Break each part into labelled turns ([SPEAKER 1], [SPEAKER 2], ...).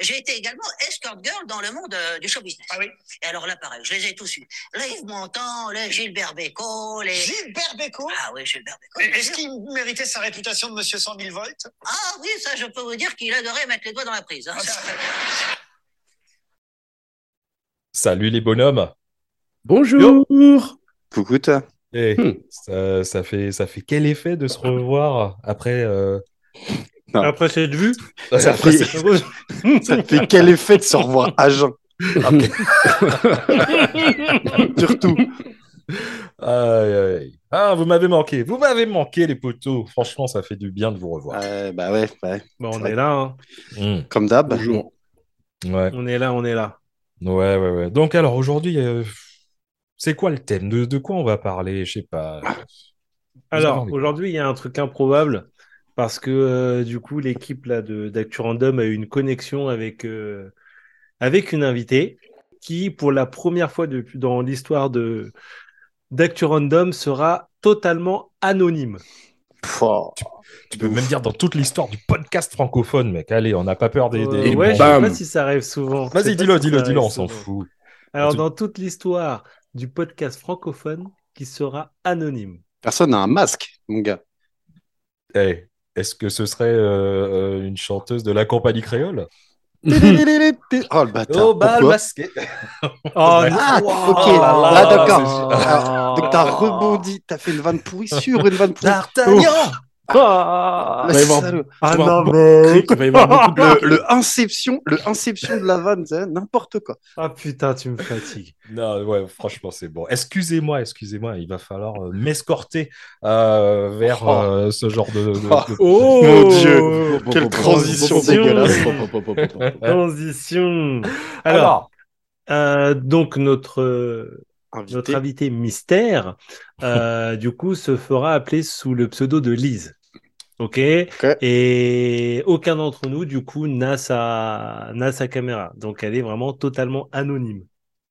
[SPEAKER 1] J'ai été également escort girl dans le monde euh, du show business.
[SPEAKER 2] Ah oui.
[SPEAKER 1] Et alors là, pareil, je les ai tous eus. Là, Yves Montand, les Gilbert Bécaud, les...
[SPEAKER 2] Gilbert Bécaud
[SPEAKER 1] Ah oui, Gilbert Bécaud. bien
[SPEAKER 2] Est-ce
[SPEAKER 1] sûr.
[SPEAKER 2] qu'il méritait sa réputation de monsieur 100 000 volts
[SPEAKER 1] Ah oui, ça, je peux vous dire qu'il adorait mettre les doigts dans la prise. hein. Ça,
[SPEAKER 3] Salut les bonhommes.
[SPEAKER 4] Bonjour
[SPEAKER 5] Coucou toi.
[SPEAKER 3] Eh,
[SPEAKER 4] Hmm.
[SPEAKER 3] ça, ça fait, ça fait quel effet de se revoir après. euh,
[SPEAKER 5] Ah.
[SPEAKER 6] Après cette vue,
[SPEAKER 5] Ça
[SPEAKER 3] après
[SPEAKER 5] fait-
[SPEAKER 3] cette-
[SPEAKER 5] Ça fait quel effet de se revoir à Jean Surtout.
[SPEAKER 3] Aïe, aïe. Ah, vous m'avez manqué. Vous m'avez manqué les poteaux. Franchement, ça fait du bien de vous revoir.
[SPEAKER 5] Ouais, bah ouais, ouais.
[SPEAKER 6] Bah, on est là, hein.
[SPEAKER 5] Ah.
[SPEAKER 3] Hmm.
[SPEAKER 5] comme d'hab.
[SPEAKER 4] Bonjour.
[SPEAKER 3] Ouais.
[SPEAKER 6] on est là, on est là.
[SPEAKER 3] Ouais, ouais, ouais. Donc, alors, aujourd'hui, euh, c'est quoi le thème? De, de quoi on va parler? Je sais pas.
[SPEAKER 6] Alors,
[SPEAKER 3] avez envie.
[SPEAKER 6] aujourd'hui, il y a un truc improbable parce que euh, du coup, l'équipe là de d'Actu Random a eu une connexion avec euh, avec une invitée qui, pour la première fois depuis dans l'histoire de d'Actu Random, sera totalement anonyme.
[SPEAKER 5] Pouah.
[SPEAKER 3] Tu peux même dire dans toute l'histoire du podcast francophone, mec. Allez, on n'a pas peur des,
[SPEAKER 6] Euh,
[SPEAKER 3] des- bon.
[SPEAKER 6] ouais, je sais pas
[SPEAKER 4] bam.
[SPEAKER 6] si ça arrive souvent. Je sais
[SPEAKER 3] Vas-y,
[SPEAKER 6] pas
[SPEAKER 3] dis-le,
[SPEAKER 6] si ça
[SPEAKER 3] dis-le, dis-le,
[SPEAKER 6] arrive
[SPEAKER 3] on s'en
[SPEAKER 6] souvent.
[SPEAKER 3] fout.
[SPEAKER 6] Alors,
[SPEAKER 3] Tout-
[SPEAKER 6] dans toute l'histoire du podcast francophone, qui sera anonyme.
[SPEAKER 5] Personne n'a un masque, mon gars.
[SPEAKER 3] Eh, est-ce que ce serait euh, euh, une chanteuse de la compagnie créole?
[SPEAKER 5] Oh le bâtard.
[SPEAKER 6] bah,
[SPEAKER 5] Pourquoi
[SPEAKER 3] masqué.
[SPEAKER 6] Oh,
[SPEAKER 3] Ouais.
[SPEAKER 6] non.
[SPEAKER 5] Ah,
[SPEAKER 6] Wow.
[SPEAKER 5] ok.
[SPEAKER 3] là
[SPEAKER 5] Ah,
[SPEAKER 3] là,
[SPEAKER 5] d'accord.
[SPEAKER 3] c'est-
[SPEAKER 5] Ah, donc t'as rebondi, t'as fait une vanne pourrie sur une vanne pourrie.
[SPEAKER 3] D'Artagnan!
[SPEAKER 5] Ah,
[SPEAKER 4] Il va y avoir-
[SPEAKER 5] salaud.
[SPEAKER 6] Ah,
[SPEAKER 4] il va y avoir
[SPEAKER 6] non,
[SPEAKER 4] Cric, il va y avoir beaucoup de-
[SPEAKER 5] Le, le inception, le inception de la vanne, c'est n'importe quoi.
[SPEAKER 6] Ah putain, tu me fatigues.
[SPEAKER 3] Non, ouais, franchement, c'est bon. Excusez-moi, excusez-moi, il va falloir euh, m'escorter euh, vers
[SPEAKER 5] Oh.
[SPEAKER 3] euh, ce genre de, de-
[SPEAKER 5] Oh.
[SPEAKER 3] de-
[SPEAKER 6] Oh
[SPEAKER 5] Mon Dieu. Quelle transition
[SPEAKER 6] dégueulasse.
[SPEAKER 4] dégueulasse.
[SPEAKER 6] Transition. Alors,
[SPEAKER 3] Alors,
[SPEAKER 6] euh, donc notre euh,
[SPEAKER 5] Invité.
[SPEAKER 6] notre invité mystère, euh, du coup, se fera appeler sous le pseudo de Lise. Ok. Et aucun d'entre nous, du coup, n'a sa n'a sa caméra. Donc, elle est vraiment totalement anonyme.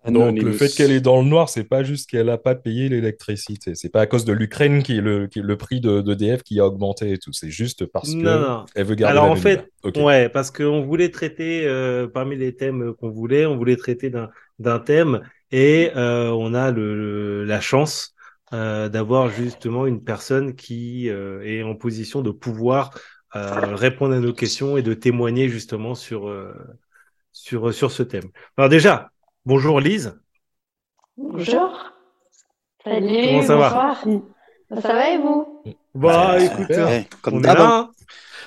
[SPEAKER 3] donc le fait qu'elle est dans le noir, c'est pas juste qu'elle a pas payé l'électricité. C'est pas à cause de l'Ukraine qui est le, qui est le prix de d'EDF qui a augmenté et tout. C'est juste parce que
[SPEAKER 6] Non, non.
[SPEAKER 3] elle veut garder
[SPEAKER 6] Alors, en
[SPEAKER 3] l'anonymat. Ok.
[SPEAKER 6] Ouais, parce qu'on voulait traiter, euh, parmi les thèmes qu'on voulait, on voulait traiter d'un, d'un thème et euh, on a le, le- la chance euh, d'avoir justement une personne qui euh, est en position de pouvoir euh, répondre à nos questions et de témoigner justement sur, euh, sur, sur ce thème. Alors déjà, bonjour Lise.
[SPEAKER 7] Bonjour. Salut.
[SPEAKER 6] Comment ça va
[SPEAKER 7] bonsoir. Bah, Ça va et vous
[SPEAKER 6] Bah
[SPEAKER 3] Ouais,
[SPEAKER 6] écoute,
[SPEAKER 3] super.
[SPEAKER 5] Eh, comme
[SPEAKER 6] on est
[SPEAKER 5] d'hab,
[SPEAKER 6] là, hein.
[SPEAKER 5] hein.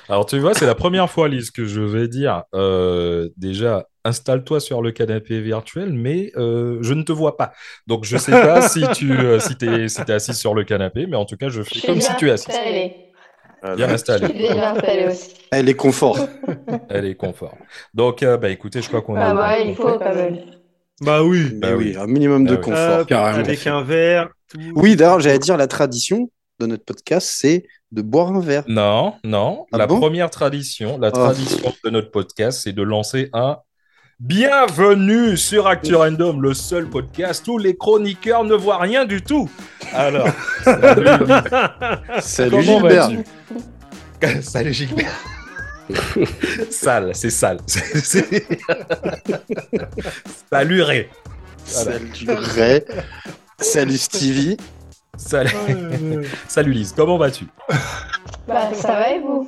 [SPEAKER 3] Alors tu vois, c'est la première fois, Lise, que je vais dire. euh, déjà, installe-toi sur le canapé virtuel, mais euh, je ne te vois pas. Donc je sais pas si tu euh, si t'es si t'es assise sur le canapé, mais en tout cas, je fais
[SPEAKER 7] suis
[SPEAKER 3] comme si
[SPEAKER 7] bien
[SPEAKER 3] tu es assise.
[SPEAKER 7] installée.
[SPEAKER 3] Bien
[SPEAKER 7] Je
[SPEAKER 3] installée.
[SPEAKER 7] suis déjà installée aussi.
[SPEAKER 5] Elle est Eh, confort.
[SPEAKER 3] Elle est confort. Donc, euh, bah, écoutez, je crois qu'on a.
[SPEAKER 7] Ah bah ouais, il faut quand même.
[SPEAKER 6] Bah oui.
[SPEAKER 5] Mais
[SPEAKER 3] Bah
[SPEAKER 5] oui, Euh,
[SPEAKER 3] oui.
[SPEAKER 5] un minimum de
[SPEAKER 3] Bah oui.
[SPEAKER 5] confort.
[SPEAKER 6] Hop,
[SPEAKER 4] carrément.
[SPEAKER 6] avec un verre. tout.
[SPEAKER 5] Oui, d'ailleurs, j'allais dire la tradition de notre podcast, c'est de boire un verre.
[SPEAKER 3] Non, non.
[SPEAKER 5] Ah
[SPEAKER 3] la
[SPEAKER 5] bon Ah.
[SPEAKER 3] première tradition, la tradition de notre podcast, c'est de lancer un Bienvenue sur Actu Random, le seul podcast où les chroniqueurs ne voient rien du tout. Alors, salut,
[SPEAKER 5] Salut
[SPEAKER 3] comment
[SPEAKER 5] Gilbert.
[SPEAKER 3] vas-tu Salut Gilbert. sale, c'est sale. C'est- c'est- Salut Ray.
[SPEAKER 5] Salut Ray. Salut Stevie.
[SPEAKER 3] Salut,
[SPEAKER 6] Euh,
[SPEAKER 3] salut Lise, comment vas-tu
[SPEAKER 7] Bah ça va et vous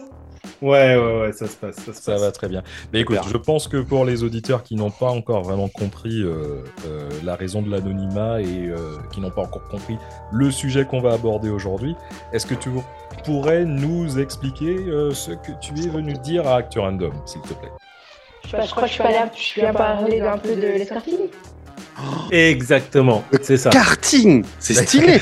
[SPEAKER 6] Ouais, ouais, ouais, ça se passe, ça se
[SPEAKER 3] Ça
[SPEAKER 6] passe.
[SPEAKER 3] va très bien. Mais écoute, je pense que pour les auditeurs qui n'ont pas encore vraiment compris euh, euh, la raison de l'anonymat et euh, qui n'ont pas encore compris le sujet qu'on va aborder aujourd'hui, est-ce que tu pourrais nous expliquer euh, ce que tu es venu dire à Actu Random, s'il te plaît
[SPEAKER 7] je, sais pas, je crois que je suis pas là, je viens parler un peu de l'escarpille.
[SPEAKER 6] Exactement, c'est ça.
[SPEAKER 5] Karting. C'est stylé.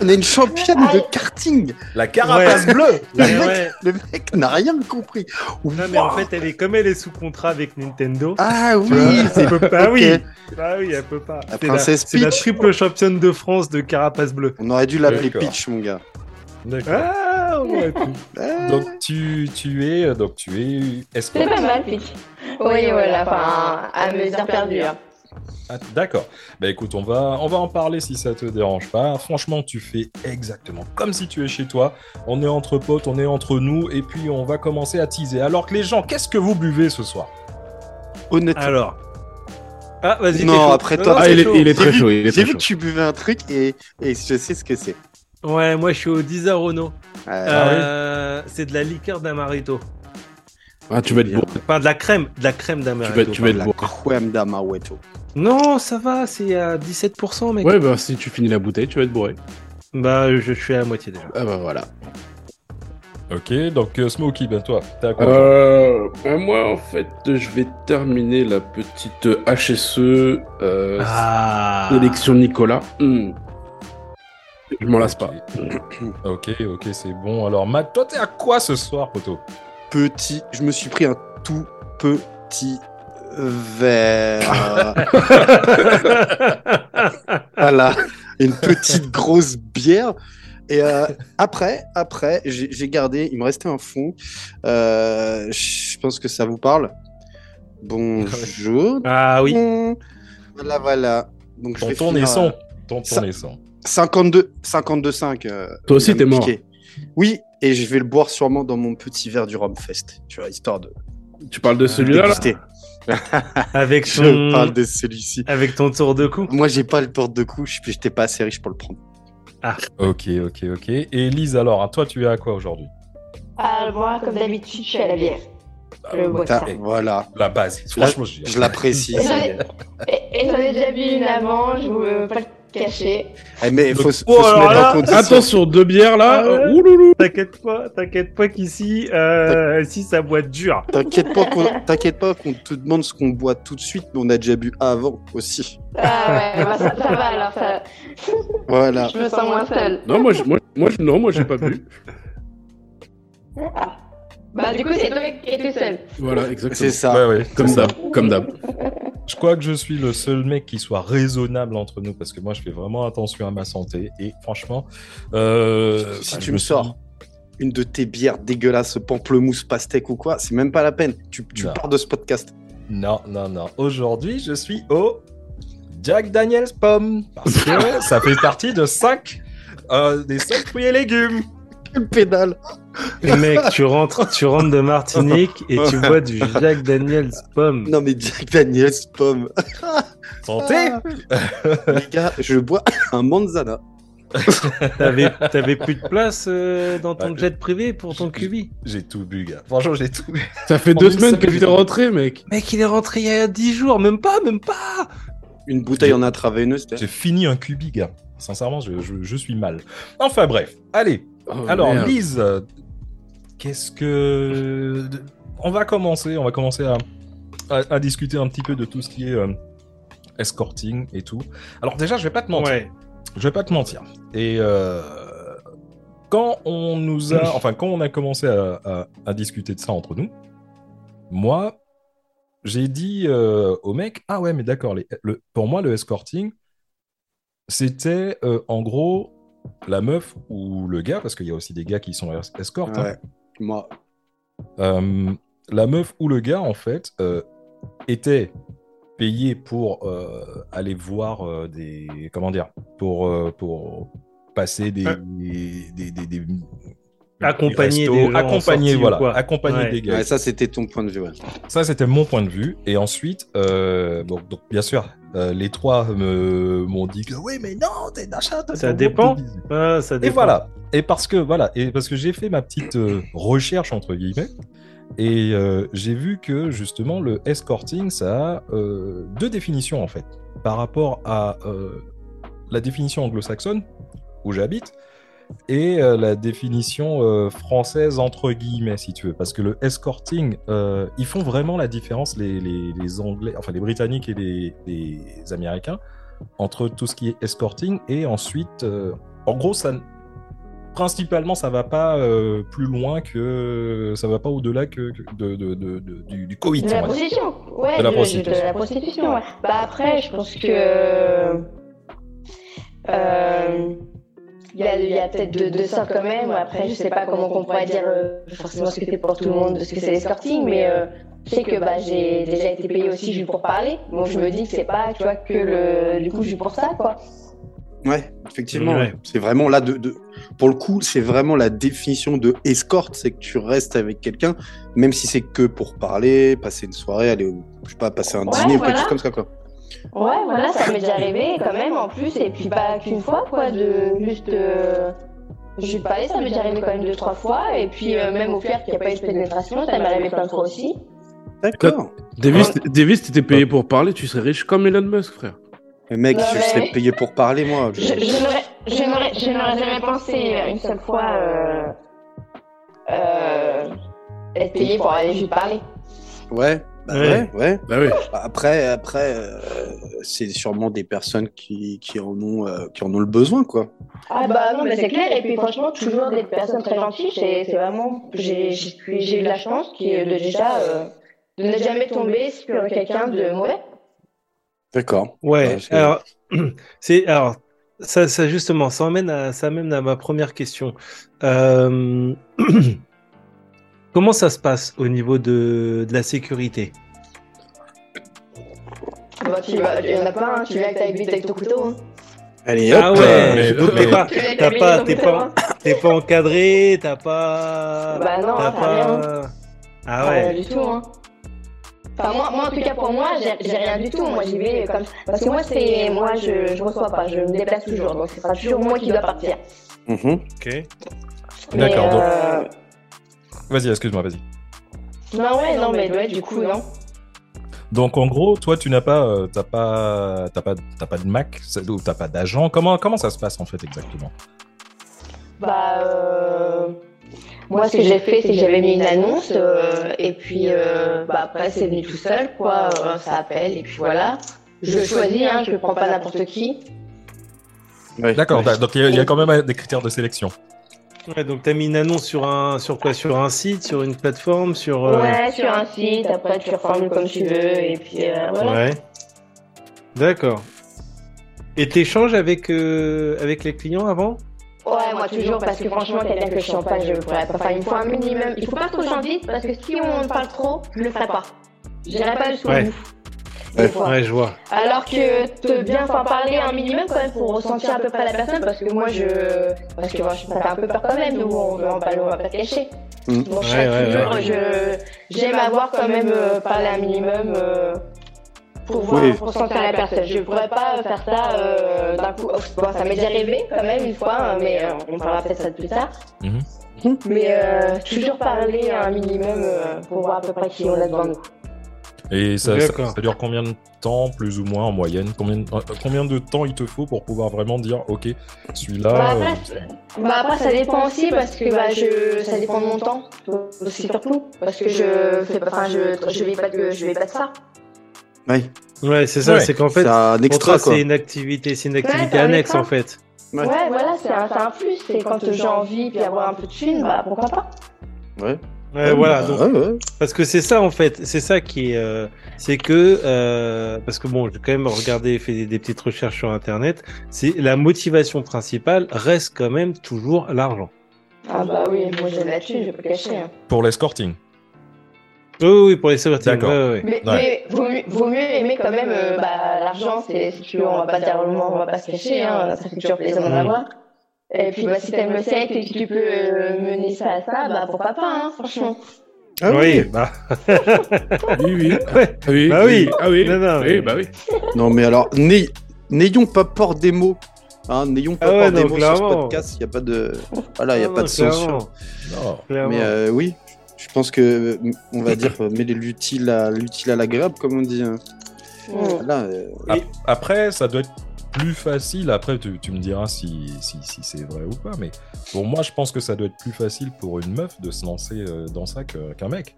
[SPEAKER 5] On est une championne de karting.
[SPEAKER 3] La carapace
[SPEAKER 6] Ouais.
[SPEAKER 3] bleue
[SPEAKER 5] Le
[SPEAKER 6] Ouais,
[SPEAKER 5] mec,
[SPEAKER 6] ouais.
[SPEAKER 5] le mec n'a rien compris.
[SPEAKER 6] Non, mais en
[SPEAKER 5] Wow.
[SPEAKER 6] fait, elle est comme elle est sous contrat avec Nintendo.
[SPEAKER 5] Ah
[SPEAKER 6] tu vois,
[SPEAKER 5] oui,
[SPEAKER 6] elle peut pas,
[SPEAKER 5] ok.
[SPEAKER 6] oui, bah oui, elle peut pas.
[SPEAKER 5] La
[SPEAKER 6] C'est
[SPEAKER 5] princesse
[SPEAKER 6] c'est la
[SPEAKER 5] Peach.
[SPEAKER 6] triple championne de France de carapace bleue.
[SPEAKER 5] on aurait dû l'appeler
[SPEAKER 3] D'accord.
[SPEAKER 5] Peach, mon gars.
[SPEAKER 3] D'accord.
[SPEAKER 6] Ah, on aurait pu.
[SPEAKER 5] Eh,
[SPEAKER 3] Donc tu, tu es euh, donc tu es
[SPEAKER 7] C'est
[SPEAKER 3] escorte.
[SPEAKER 7] pas mal, Pic. Oui, voilà, enfin, à mesure perdue. hein.
[SPEAKER 3] Ah, D'accord. Bah écoute, on va, on va en parler si ça te dérange pas. Franchement, tu fais exactement comme si tu es chez toi. On est entre potes, on est entre nous, et puis on va commencer à teaser. Alors que les gens, qu'est-ce que vous buvez ce soir
[SPEAKER 5] Eh, Honnêtement.
[SPEAKER 6] Alors. Ah, vas-y.
[SPEAKER 5] Non,
[SPEAKER 6] t'es chaud.
[SPEAKER 5] après toi-
[SPEAKER 6] non,
[SPEAKER 4] Ah,
[SPEAKER 6] c'est
[SPEAKER 4] il est,
[SPEAKER 6] chaud.
[SPEAKER 4] il est très
[SPEAKER 5] J'ai
[SPEAKER 4] chaud, il est
[SPEAKER 5] J'ai
[SPEAKER 4] très
[SPEAKER 5] vu
[SPEAKER 4] chaud.
[SPEAKER 5] que tu buvais un truc et, et je sais ce que c'est.
[SPEAKER 6] Ouais, moi, je suis au 10 Arrono.
[SPEAKER 5] Euh,
[SPEAKER 6] Euh, C'est de la liqueur d'amarito.
[SPEAKER 4] Ah, tu vas être bourré.
[SPEAKER 6] Enfin, de la crème. De la crème
[SPEAKER 4] Tu
[SPEAKER 6] d'amarito.
[SPEAKER 4] vas, tu vas être
[SPEAKER 5] la
[SPEAKER 4] bourré.
[SPEAKER 5] crème d'Amawetto.
[SPEAKER 6] Non, ça va, c'est à 17%, mec.
[SPEAKER 4] Ouais, bah si tu finis la bouteille, tu vas être bourré.
[SPEAKER 6] Bah, je suis à la moitié déjà.
[SPEAKER 4] Ah bah voilà.
[SPEAKER 3] Ok, donc euh, Smokey, ben toi, t'es à quoi
[SPEAKER 4] Euh, bah, moi, en fait, je vais terminer la petite HSE euh,
[SPEAKER 6] Ah.
[SPEAKER 4] sélection Nicolas. Hmm. Je m'en lasse
[SPEAKER 3] Ok.
[SPEAKER 4] pas.
[SPEAKER 3] Ok, ok, c'est bon. Alors Matt, toi, t'es à quoi ce soir, poteau
[SPEAKER 5] Petit. Je me suis pris un tout petit verre. voilà. Une petite grosse bière. Et euh, après, après, j'ai j'ai gardé. Il me restait un fond. Euh, je pense que ça vous parle. Bonjour.
[SPEAKER 6] Ah oui.
[SPEAKER 5] Voilà, voilà. Donc je vais
[SPEAKER 3] Tonton
[SPEAKER 5] finir,
[SPEAKER 3] naissant.
[SPEAKER 5] euh,
[SPEAKER 3] Tonton
[SPEAKER 5] ça-
[SPEAKER 3] naissant.
[SPEAKER 5] 52, 52, 5. euh,
[SPEAKER 4] Toi
[SPEAKER 5] il
[SPEAKER 4] aussi,
[SPEAKER 5] va
[SPEAKER 4] t'es
[SPEAKER 5] me
[SPEAKER 4] mort.
[SPEAKER 5] piquer. Oui, et je vais le boire sûrement dans mon petit verre du Romfest. Tu vois, histoire de
[SPEAKER 4] Tu parles de celui-là là
[SPEAKER 5] déguster.
[SPEAKER 6] Avec
[SPEAKER 5] Je
[SPEAKER 6] ton,
[SPEAKER 5] parle de celui-ci.
[SPEAKER 6] avec ton tour de cou.
[SPEAKER 5] Moi, j'ai pas le porte de cou. je- J'étais pas assez riche pour le prendre.
[SPEAKER 3] Ok, ok, ok. Et Lise, alors, hein, toi, tu es à quoi aujourd'hui
[SPEAKER 7] À boire, Ah, comme d'habitude, je suis à la bière. Je bois
[SPEAKER 5] T'as-
[SPEAKER 7] ça.
[SPEAKER 5] voilà,
[SPEAKER 3] La base. Franchement, je dis.
[SPEAKER 5] je l'apprécie.
[SPEAKER 7] Et j'en
[SPEAKER 5] ça y
[SPEAKER 7] ai-
[SPEAKER 5] est.
[SPEAKER 7] et- et j'en ai déjà bu une avant, je veux pas le cacher.
[SPEAKER 5] Eh, mais faut, se-
[SPEAKER 6] Oh,
[SPEAKER 5] faut se
[SPEAKER 6] alors
[SPEAKER 5] mettre
[SPEAKER 6] là,
[SPEAKER 5] en condition.
[SPEAKER 4] Attention, deux bières là.
[SPEAKER 6] Ah ouais.
[SPEAKER 4] euh, ouloulou.
[SPEAKER 6] T'inquiète pas, t'inquiète pas qu'ici, euh, si ça boit dur.
[SPEAKER 5] T'inquiète pas qu'on t'inquiète pas qu'on te demande ce qu'on boit tout de suite, mais on a déjà bu avant aussi.
[SPEAKER 7] Ah ouais, bah, ça, ça va alors, ça,
[SPEAKER 5] Voilà.
[SPEAKER 7] je me sens moins seule.
[SPEAKER 4] Non, moi, je- moi, moi, je- non, moi, j'ai pas bu.
[SPEAKER 7] Ah. Bah, du coup, c'est toi qui étais seule.
[SPEAKER 4] Voilà, exactement.
[SPEAKER 5] C'est ça.
[SPEAKER 3] Ouais, ouais.
[SPEAKER 4] Comme d'hab, comme d'hab.
[SPEAKER 3] Je crois que je suis le seul mec qui soit raisonnable entre nous parce que moi je fais vraiment attention à ma santé et franchement. euh,
[SPEAKER 5] Si
[SPEAKER 3] bah,
[SPEAKER 5] tu
[SPEAKER 3] je
[SPEAKER 5] me
[SPEAKER 3] suis-
[SPEAKER 5] sors une de tes bières dégueulasses, pamplemousse, pastèque ou quoi, c'est même pas la peine. Tu, tu
[SPEAKER 3] Non.
[SPEAKER 5] pars de ce podcast.
[SPEAKER 3] Non, non, non. Aujourd'hui je suis au Jack Daniels Pomme parce que ça fait partie de 5 des 5 fruits et légumes.
[SPEAKER 5] Quel pédale
[SPEAKER 6] Mec, tu rentres, tu rentres de Martinique et tu bois du Jack Daniels pomme.
[SPEAKER 5] Non mais Jack Daniels, pomme.
[SPEAKER 3] Santé
[SPEAKER 5] Ah. Les gars, je bois un manzana.
[SPEAKER 6] T'avais, t'avais plus de place euh, dans ton
[SPEAKER 3] Bah,
[SPEAKER 6] jet privé pour ton QB.
[SPEAKER 3] J'ai tout bu, gars. Franchement, j'ai tout bu.
[SPEAKER 4] Ça fait
[SPEAKER 3] En
[SPEAKER 4] deux
[SPEAKER 3] une
[SPEAKER 4] semaines que
[SPEAKER 3] semaine.
[SPEAKER 4] j'étais rentré, mec.
[SPEAKER 6] Mec, il est rentré il y a 10 jours, même pas, même pas.
[SPEAKER 5] Une bouteille en intraveineuse.
[SPEAKER 3] J'ai fini un cubi, gars. Sincèrement, je, je- je suis mal. Enfin bref, allez.
[SPEAKER 4] Oh,
[SPEAKER 3] Alors,
[SPEAKER 4] merde.
[SPEAKER 3] Lise, euh, qu'est-ce que. On va commencer, on va commencer à, à- à discuter un petit peu de tout ce qui est euh, escorting et tout. Alors, déjà, je vais pas te mentir.
[SPEAKER 6] Ouais.
[SPEAKER 3] Je vais pas te mentir. Et euh, quand on nous a. Enfin, quand on a commencé à, à- à discuter de ça entre nous, moi, j'ai dit euh, au mec Ah ouais, mais d'accord, les- le- pour moi, le escorting, c'était euh, en gros la meuf ou le gars, parce qu'il y a aussi des gars qui sont es- escortes. hein.
[SPEAKER 5] Ouais. Moi.
[SPEAKER 3] Euh, la meuf ou le gars, en fait, euh, était payé pour euh, aller voir euh, des. Comment dire Pour, euh, pour passer des.
[SPEAKER 5] Ah.
[SPEAKER 6] Ouais.
[SPEAKER 3] des, des- des-
[SPEAKER 6] Accompagner
[SPEAKER 3] restos,
[SPEAKER 6] des gens en
[SPEAKER 3] accompagner,
[SPEAKER 6] sortie ou
[SPEAKER 3] voilà,
[SPEAKER 6] quoi.
[SPEAKER 3] accompagner
[SPEAKER 6] Ouais.
[SPEAKER 3] des gars.
[SPEAKER 5] Ouais, ça, c'était ton point de vue. ouais.
[SPEAKER 3] Ça, c'était mon point de vue. Et ensuite, euh, bon, donc, bien sûr, euh, les trois me- m'ont dit que oui, mais non, t'es d'achat.
[SPEAKER 6] Ça dépend. Ah, ça
[SPEAKER 3] Et
[SPEAKER 6] dépend.
[SPEAKER 3] voilà. Et parce que voilà, et parce que j'ai fait ma petite euh, recherche entre guillemets, et euh, j'ai vu que justement le escorting, ça a euh, deux définitions en fait par rapport à euh, la définition anglo-saxonne où j'habite et euh, la définition euh, française entre guillemets si tu veux parce que le escorting euh, ils font vraiment la différence les, les- les anglais enfin les britanniques et les, les américains entre tout ce qui est escorting et ensuite euh, en gros ça n- principalement ça va pas euh, plus loin que ça va pas au-delà que, que- de, de- de- de- du, du coït
[SPEAKER 7] De
[SPEAKER 3] on
[SPEAKER 7] la
[SPEAKER 3] va dire.
[SPEAKER 7] prostitution, ouais,
[SPEAKER 3] De la
[SPEAKER 7] de-
[SPEAKER 3] prostitution.
[SPEAKER 7] de la prostitution, ouais. Bah après, je pense que euh, Il y a, il y a peut-être deux, deux sorts quand même. Après, je sais pas comment on pourrait dire euh, forcément ce que c'est pour tout le monde, ce que c'est l'escorting, mais euh, je sais que bah, j'ai déjà été payé aussi juste pour parler. Donc je me dis que c'est pas, tu vois, que le, du coup, juste pour ça, quoi.
[SPEAKER 5] Ouais, effectivement.
[SPEAKER 6] Ouais.
[SPEAKER 5] C'est vraiment là de, de- Pour le coup, c'est vraiment la définition de escorte, c'est que tu restes avec quelqu'un, même si c'est que pour parler, passer une soirée, aller, au- je sais pas, passer un
[SPEAKER 7] Ouais,
[SPEAKER 5] dîner ou quelque
[SPEAKER 7] voilà.
[SPEAKER 5] chose comme ça, quoi.
[SPEAKER 7] Ouais, voilà, ça m'est déjà arrivé quand même en plus, et puis pas qu'une fois, quoi, de juste. Euh... Je pas allée, ça m'est déjà arrivé quand même deux, trois fois, et puis euh, même au clair qu'il n'y a pas eu de pénétration, ça m'est arrivé plein de fois aussi.
[SPEAKER 5] D'accord.
[SPEAKER 4] Davis, t- Davis, t'étais payé pour parler, tu serais riche comme Elon Musk, frère.
[SPEAKER 5] Mais mec,
[SPEAKER 7] Non,
[SPEAKER 5] je
[SPEAKER 7] mais-
[SPEAKER 5] serais payé pour parler, moi.
[SPEAKER 7] Bah Je, je n'aurais- je n'aurais je n'aurais jamais pensé euh, une seule fois euh, euh, être payé pour aller juste parler.
[SPEAKER 5] Ouais. Bah
[SPEAKER 6] Ouais.
[SPEAKER 5] ouais, ouais.
[SPEAKER 4] Bah oui.
[SPEAKER 5] Après, après, euh, c'est sûrement des personnes qui, qui en ont, euh, qui en ont le besoin, quoi.
[SPEAKER 7] Ah bah non, mais c'est clair, et puis franchement, toujours des personnes très gentilles, c'est c'est vraiment, j'ai j'ai- j'ai eu la chance qui est de déjà euh, de ne jamais tomber sur quelqu'un de mauvais.
[SPEAKER 5] D'accord.
[SPEAKER 6] Ouais,
[SPEAKER 5] Ouais, c'est-
[SPEAKER 6] alors, c'est, alors, ça, ça justement, ça amène à, ça amène à ma première question. Euh, comment ça se passe au niveau de, de la sécurité?
[SPEAKER 7] Bah, tu vas, il y en a pas, hein, tu viens avec ta bite avec ton couteau. Hein.
[SPEAKER 5] Allez, hop.
[SPEAKER 6] Ah ouais,
[SPEAKER 3] mais-
[SPEAKER 6] donc t'es
[SPEAKER 3] mais-
[SPEAKER 6] pas,
[SPEAKER 7] Tu viens avec
[SPEAKER 6] T'as
[SPEAKER 7] ta bite
[SPEAKER 6] pas-
[SPEAKER 7] avec ton
[SPEAKER 6] t'es
[SPEAKER 7] couteau,
[SPEAKER 6] pas-
[SPEAKER 7] hein.
[SPEAKER 6] t'es pas encadré, t'as pas,
[SPEAKER 7] Bah non,
[SPEAKER 6] t'as
[SPEAKER 7] hein, t'as rien. hein.
[SPEAKER 6] pas, ah ouais,
[SPEAKER 7] Rien du tout, hein. Enfin, moi, moi, en tout cas, pour moi, j'ai j'ai rien du tout. Moi, j'y vais comme Parce que moi, c'est. Moi, je, je reçois pas, je me déplace toujours. Donc, ce sera toujours moi qui dois partir.
[SPEAKER 5] Mhm.
[SPEAKER 6] ok.
[SPEAKER 7] Mais,
[SPEAKER 3] D'accord, donc-
[SPEAKER 7] euh,
[SPEAKER 3] Vas-y, excuse-moi, vas-y.
[SPEAKER 7] Non, ouais, non, mais ouais, du coup, non.
[SPEAKER 3] Donc en gros, toi, tu n'as pas, euh, t'as pas, t'as pas, t'as pas de Mac ça- ou t'as pas d'agent. Comment, comment ça se passe en fait exactement
[SPEAKER 7] Bah, euh, moi, ce que j'ai fait, c'est que j'avais mis une annonce, euh, et puis euh, bah, après, c'est venu tout seul, quoi. Euh, ça appelle, et puis voilà. Je choisis, hein, je prends pas n'importe qui.
[SPEAKER 5] Ouais.
[SPEAKER 3] D'accord.
[SPEAKER 5] Ouais.
[SPEAKER 3] t'as- Donc il y, a- il y a quand même euh, des critères de sélection.
[SPEAKER 6] Ouais, donc t'as mis une annonce sur un, sur quoi? Sur un site, sur une plateforme, sur, euh,
[SPEAKER 7] Ouais, sur un site, après, tu reformules comme tu veux, et puis euh, voilà.
[SPEAKER 6] Ouais. D'accord. Et t'échanges avec, euh, avec les clients avant
[SPEAKER 7] Ouais, moi toujours, parce que franchement, quelqu'un que je sens pas, je pourrais pas. Enfin, il me faut un minimum. Il faut pas trop j'en vite, parce que si on parle trop, je le ferai pas. J'irai pas jusqu'au
[SPEAKER 6] Ouais.
[SPEAKER 7] bout.
[SPEAKER 5] Ouais.
[SPEAKER 7] Des fois.
[SPEAKER 6] Ouais, je vois.
[SPEAKER 7] Alors que te bien faire parler un minimum quand même pour ressentir à peu près la personne, parce que moi je. Parce que moi je ça fait un peu peur quand même, nous on va pas, on va pas se cacher.
[SPEAKER 5] Mm.
[SPEAKER 7] Bon, je
[SPEAKER 6] Ouais, ouais,
[SPEAKER 7] toujours,
[SPEAKER 6] ouais.
[SPEAKER 7] je. J'aime avoir quand même euh, parlé un minimum euh, pour voir,
[SPEAKER 5] Oui.
[SPEAKER 7] pour sentir la personne. Je pourrais pas faire ça euh, d'un coup. Bon, ça m'est déjà arrivé quand même une fois, hein, mais euh, on parlera peut-être ça plus tard.
[SPEAKER 3] Mhm.
[SPEAKER 6] Mm-hmm.
[SPEAKER 7] Mais euh, toujours parler un minimum euh, pour voir à peu près qui on a devant nous.
[SPEAKER 3] Et ça, ça-
[SPEAKER 6] D'accord.
[SPEAKER 3] ça dure combien de temps, plus ou moins en moyenne Combien, de- euh, combien de temps il te faut pour pouvoir vraiment dire, ok,
[SPEAKER 7] Bah,
[SPEAKER 3] celui-là.
[SPEAKER 7] après,
[SPEAKER 3] euh,
[SPEAKER 7] c'est- Bah après ça dépend aussi parce que bah je ça dépend de mon temps aussi surtout parce que je fais pas enfin je je vis pas de je vis pas de ça.
[SPEAKER 5] Ouais.
[SPEAKER 6] Ouais, c'est ça,
[SPEAKER 3] Ouais.
[SPEAKER 6] c'est qu'en fait,
[SPEAKER 5] C'est un
[SPEAKER 6] pour toi,
[SPEAKER 5] extra, quoi.
[SPEAKER 6] c'est une activité, c'est une activité
[SPEAKER 7] c'est un
[SPEAKER 6] annexe
[SPEAKER 7] extra.
[SPEAKER 6] en fait.
[SPEAKER 5] Ouais.
[SPEAKER 7] Ouais, voilà c'est un, c'est un plus c'est quand j'ai envie puis avoir un peu de thune bah pourquoi pas.
[SPEAKER 5] Ouais.
[SPEAKER 6] Ouais, Euh, voilà,
[SPEAKER 5] bah,
[SPEAKER 6] donc,
[SPEAKER 5] ouais, ouais.
[SPEAKER 6] parce que c'est ça en fait, c'est ça qui est, euh, c'est que euh, parce que bon, j'ai quand même regardé, fait des, des petites recherches sur internet, c'est la motivation principale reste quand même toujours l'argent.
[SPEAKER 7] Ah bah oui moi j'aime la thune je peux cacher. Hein.
[SPEAKER 3] Pour l'escorting.
[SPEAKER 6] Oui, oui, oui, pour les sorties.
[SPEAKER 3] D'accord.
[SPEAKER 6] ouais, ouais, ouais.
[SPEAKER 7] Mais, mais vaut, mieux, vaut mieux aimer quand même euh, bah l'argent c'est si tu veux, on va pas dire le mot, on va pas se cacher hein ça fait toujours plaisir d'en
[SPEAKER 6] Mhm.
[SPEAKER 7] avoir. Et puis bah si t'aimes le sexe et que tu peux euh, mener ça à ça bah pourquoi pas hein franchement.
[SPEAKER 5] Ah
[SPEAKER 6] oui, bah
[SPEAKER 4] Oui, oui.
[SPEAKER 6] Ouais.
[SPEAKER 4] Ah oui.
[SPEAKER 6] Bah oui.
[SPEAKER 4] Ah oui.
[SPEAKER 6] Non, non,
[SPEAKER 4] oui,
[SPEAKER 6] mais-
[SPEAKER 4] bah oui.
[SPEAKER 5] Non, mais alors, n'ay- n'ayons pas peur des mots. Hein, n'ayons pas
[SPEAKER 6] Ah ouais,
[SPEAKER 5] peur des
[SPEAKER 6] non,
[SPEAKER 5] mots sur ce
[SPEAKER 6] clairement. Ah
[SPEAKER 5] podcast. Il n'y a pas de, voilà, y a
[SPEAKER 6] Non,
[SPEAKER 5] pas de
[SPEAKER 6] non,
[SPEAKER 5] censure.
[SPEAKER 6] clairement,
[SPEAKER 3] Non.
[SPEAKER 6] clairement.
[SPEAKER 5] Mais euh, oui, je pense que, euh, on va dire, euh, mêler l'utile à l'utile à l'agréable, comme on dit. hein.
[SPEAKER 7] Mhm.
[SPEAKER 5] Voilà, euh,
[SPEAKER 3] Ap- Après, ça doit être plus facile. Après, tu, tu me diras si, si, si c'est vrai ou pas. Mais pour moi, je pense que ça doit être plus facile pour une meuf de se lancer euh, dans ça que- qu'un mec.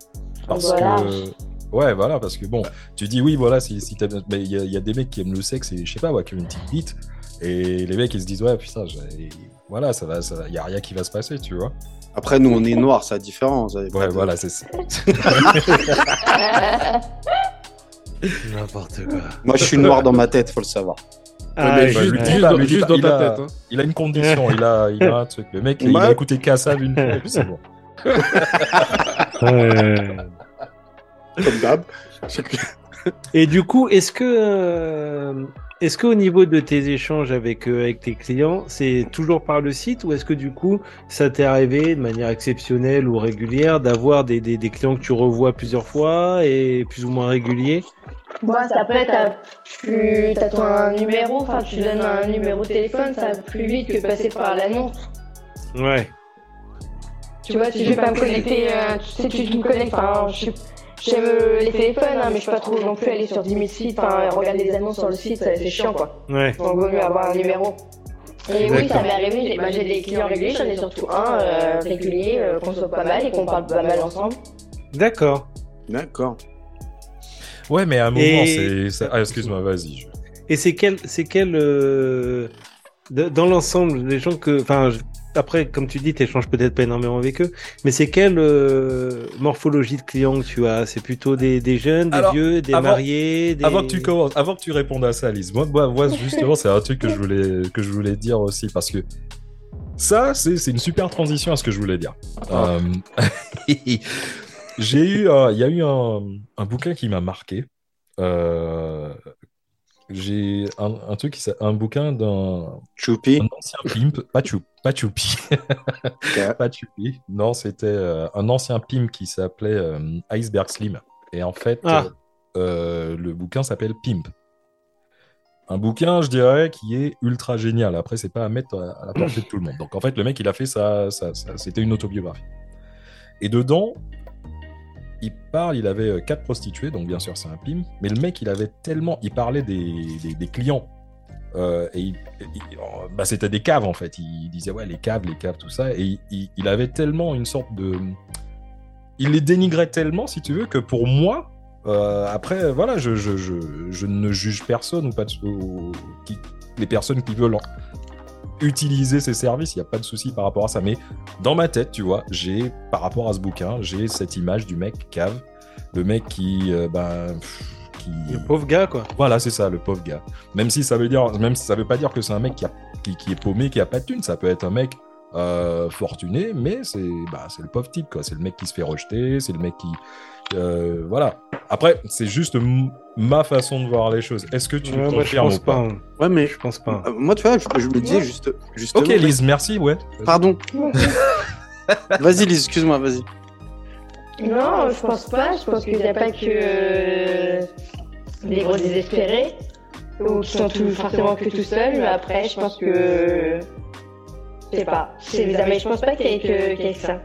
[SPEAKER 3] Parce
[SPEAKER 7] Voilà.
[SPEAKER 3] que. Ouais, voilà, parce que bon, tu dis oui, voilà, si, si t'as- mais il y, a- il y a des mecs qui aiment le sexe et je sais pas, ouais, qui ont une petite bite. Et les mecs, ils se disent, ouais, putain, j'ai- voilà, ça va, ça va, y a rien qui va se passer, tu vois.
[SPEAKER 5] Après, nous, on est noirs, ça a différence. ça y a pas
[SPEAKER 3] Ouais,
[SPEAKER 5] de-
[SPEAKER 3] voilà, c'est ça.
[SPEAKER 6] N'importe quoi.
[SPEAKER 5] Moi, je suis noir dans ma tête, faut le savoir.
[SPEAKER 6] Ah,
[SPEAKER 4] mais
[SPEAKER 6] oui.
[SPEAKER 4] juste,
[SPEAKER 3] ouais.
[SPEAKER 4] juste
[SPEAKER 3] Bah,
[SPEAKER 4] dans,
[SPEAKER 3] mais
[SPEAKER 4] juste
[SPEAKER 3] il
[SPEAKER 4] dans ta
[SPEAKER 3] a-
[SPEAKER 4] tête. hein.
[SPEAKER 3] Il a une condition, il a, il a un truc. Le mec, il
[SPEAKER 5] Bah.
[SPEAKER 3] a écouté Kassav une fois, et puis c'est bon.
[SPEAKER 6] Ouais.
[SPEAKER 5] comme d'hab.
[SPEAKER 6] Et du coup, est-ce que, euh, est-ce qu'au niveau de tes échanges avec, euh, avec tes clients, c'est toujours par le site ou est-ce que du coup, ça t'est arrivé de manière exceptionnelle ou régulière d'avoir des, des, des clients que tu revois plusieurs fois et plus ou moins réguliers
[SPEAKER 7] Bon, ça peut être à- tu t'attends un numéro, enfin tu donnes un numéro de téléphone, ça va plus vite que passer par l'annonce.
[SPEAKER 6] Ouais.
[SPEAKER 7] Tu vois, si je vais pas me connecter, euh, tu sais, tu tu me connectes, enfin, je suis- J'aime euh, les téléphones, hein, mais je suis pas trop non plus aller sur 10 000 sites, enfin, regarder les annonces sur le site, ça, c'est chiant quoi.
[SPEAKER 6] Ouais.
[SPEAKER 7] Donc, vaut mieux avoir un numéro. Et oui,
[SPEAKER 6] D'accord.
[SPEAKER 7] ça m'est arrivé, j'ai bah, j'ai des clients réguliers, j'en ai surtout un euh, régulier, euh, qu'on soit pas mal et qu'on parle pas mal ensemble.
[SPEAKER 6] D'accord.
[SPEAKER 5] D'accord.
[SPEAKER 3] Ouais, mais à un moment,
[SPEAKER 6] Et-
[SPEAKER 3] c'est. ça- Ah, excuse-moi, vas-y. je-
[SPEAKER 6] Et c'est quel, c'est quel, euh, de- dans l'ensemble, les gens que, enfin, je- après, comme tu dis, tu échanges peut-être pas énormément avec eux, mais c'est quelle euh, morphologie de clients que tu as C'est plutôt des, des jeunes, des
[SPEAKER 3] Alors,
[SPEAKER 6] vieux, des
[SPEAKER 3] avant-
[SPEAKER 6] mariés des...
[SPEAKER 3] Avant que tu commences, avant que tu répondes à ça, Alice, moi, moi, moi, justement, c'est un truc que je voulais que je voulais dire aussi parce que ça, c'est c'est une super transition à ce que je voulais dire. Euh, J'ai eu, un- il y a eu un, un bouquin qui m'a marqué. Euh, J'ai un, un truc qui s'a- un bouquin d'un
[SPEAKER 5] Choupi.
[SPEAKER 3] un ancien pimp, pas Chou- pas Choupi, pas Choupi. Non, c'était euh, un ancien pimp qui s'appelait euh, Iceberg Slim. Et en fait,
[SPEAKER 6] Ah.
[SPEAKER 3] euh, euh, le bouquin s'appelle Pimp. Un bouquin, je dirais, qui est ultra génial. Après, c'est pas à mettre euh, à, à la portée de tout le monde. Donc, en fait, le mec, il a fait ça. c'était une autobiographie. Et dedans, il parle, il avait euh, quatre prostituées, donc bien sûr c'est un pimp, mais le mec il avait tellement, il parlait des, des- des clients. Euh, et il- et il- oh, bah, c'était des caves en fait. Il disait ouais les caves, les caves, tout ça. Et il, il- il avait tellement une sorte de, il les dénigrait tellement si tu veux que pour moi, euh, après voilà, je, je, je- je ne juge personne ou pas de, ou- qui- les personnes qui veulent en- utiliser ces services, il n'y a pas de souci par rapport à ça. Mais dans ma tête, tu vois, j'ai, par rapport à ce bouquin, j'ai cette image du mec cave, le mec qui, euh, ben, pff, qui,
[SPEAKER 6] Le pauvre gars, quoi.
[SPEAKER 3] voilà, c'est ça, le pauvre gars. Même si ça veut dire, même si ça veut pas dire que c'est un mec qui, a- qui, qui est paumé, qui a pas de thune, ça peut être un mec euh, fortuné, mais c'est, bah, c'est le pauvre type, quoi. C'est le mec qui se fait rejeter, c'est le mec qui, euh, voilà. Après, c'est juste m- ma façon de voir les choses. Est-ce que tu
[SPEAKER 6] Ouais, moi, je
[SPEAKER 3] confirmes
[SPEAKER 6] pense
[SPEAKER 3] ou pas
[SPEAKER 6] pas. hein.
[SPEAKER 5] Ouais, mais
[SPEAKER 6] Je pense pas.
[SPEAKER 5] euh, moi, tu vois, je, je me disais juste. justement,
[SPEAKER 3] Ah. Ok, Lise, merci, ouais.
[SPEAKER 5] Pardon. vas-y, Lise, excuse-moi, vas-y.
[SPEAKER 7] Non, je pense pas. Je pense qu'il n'y a pas que euh, des gros désespérés ou qui sont tout, forcément que tout seuls. Mais après, je pense que. Je sais pas. Je sais pas, mais je pense pas qu'il y ait que, qu'il y ait que ça.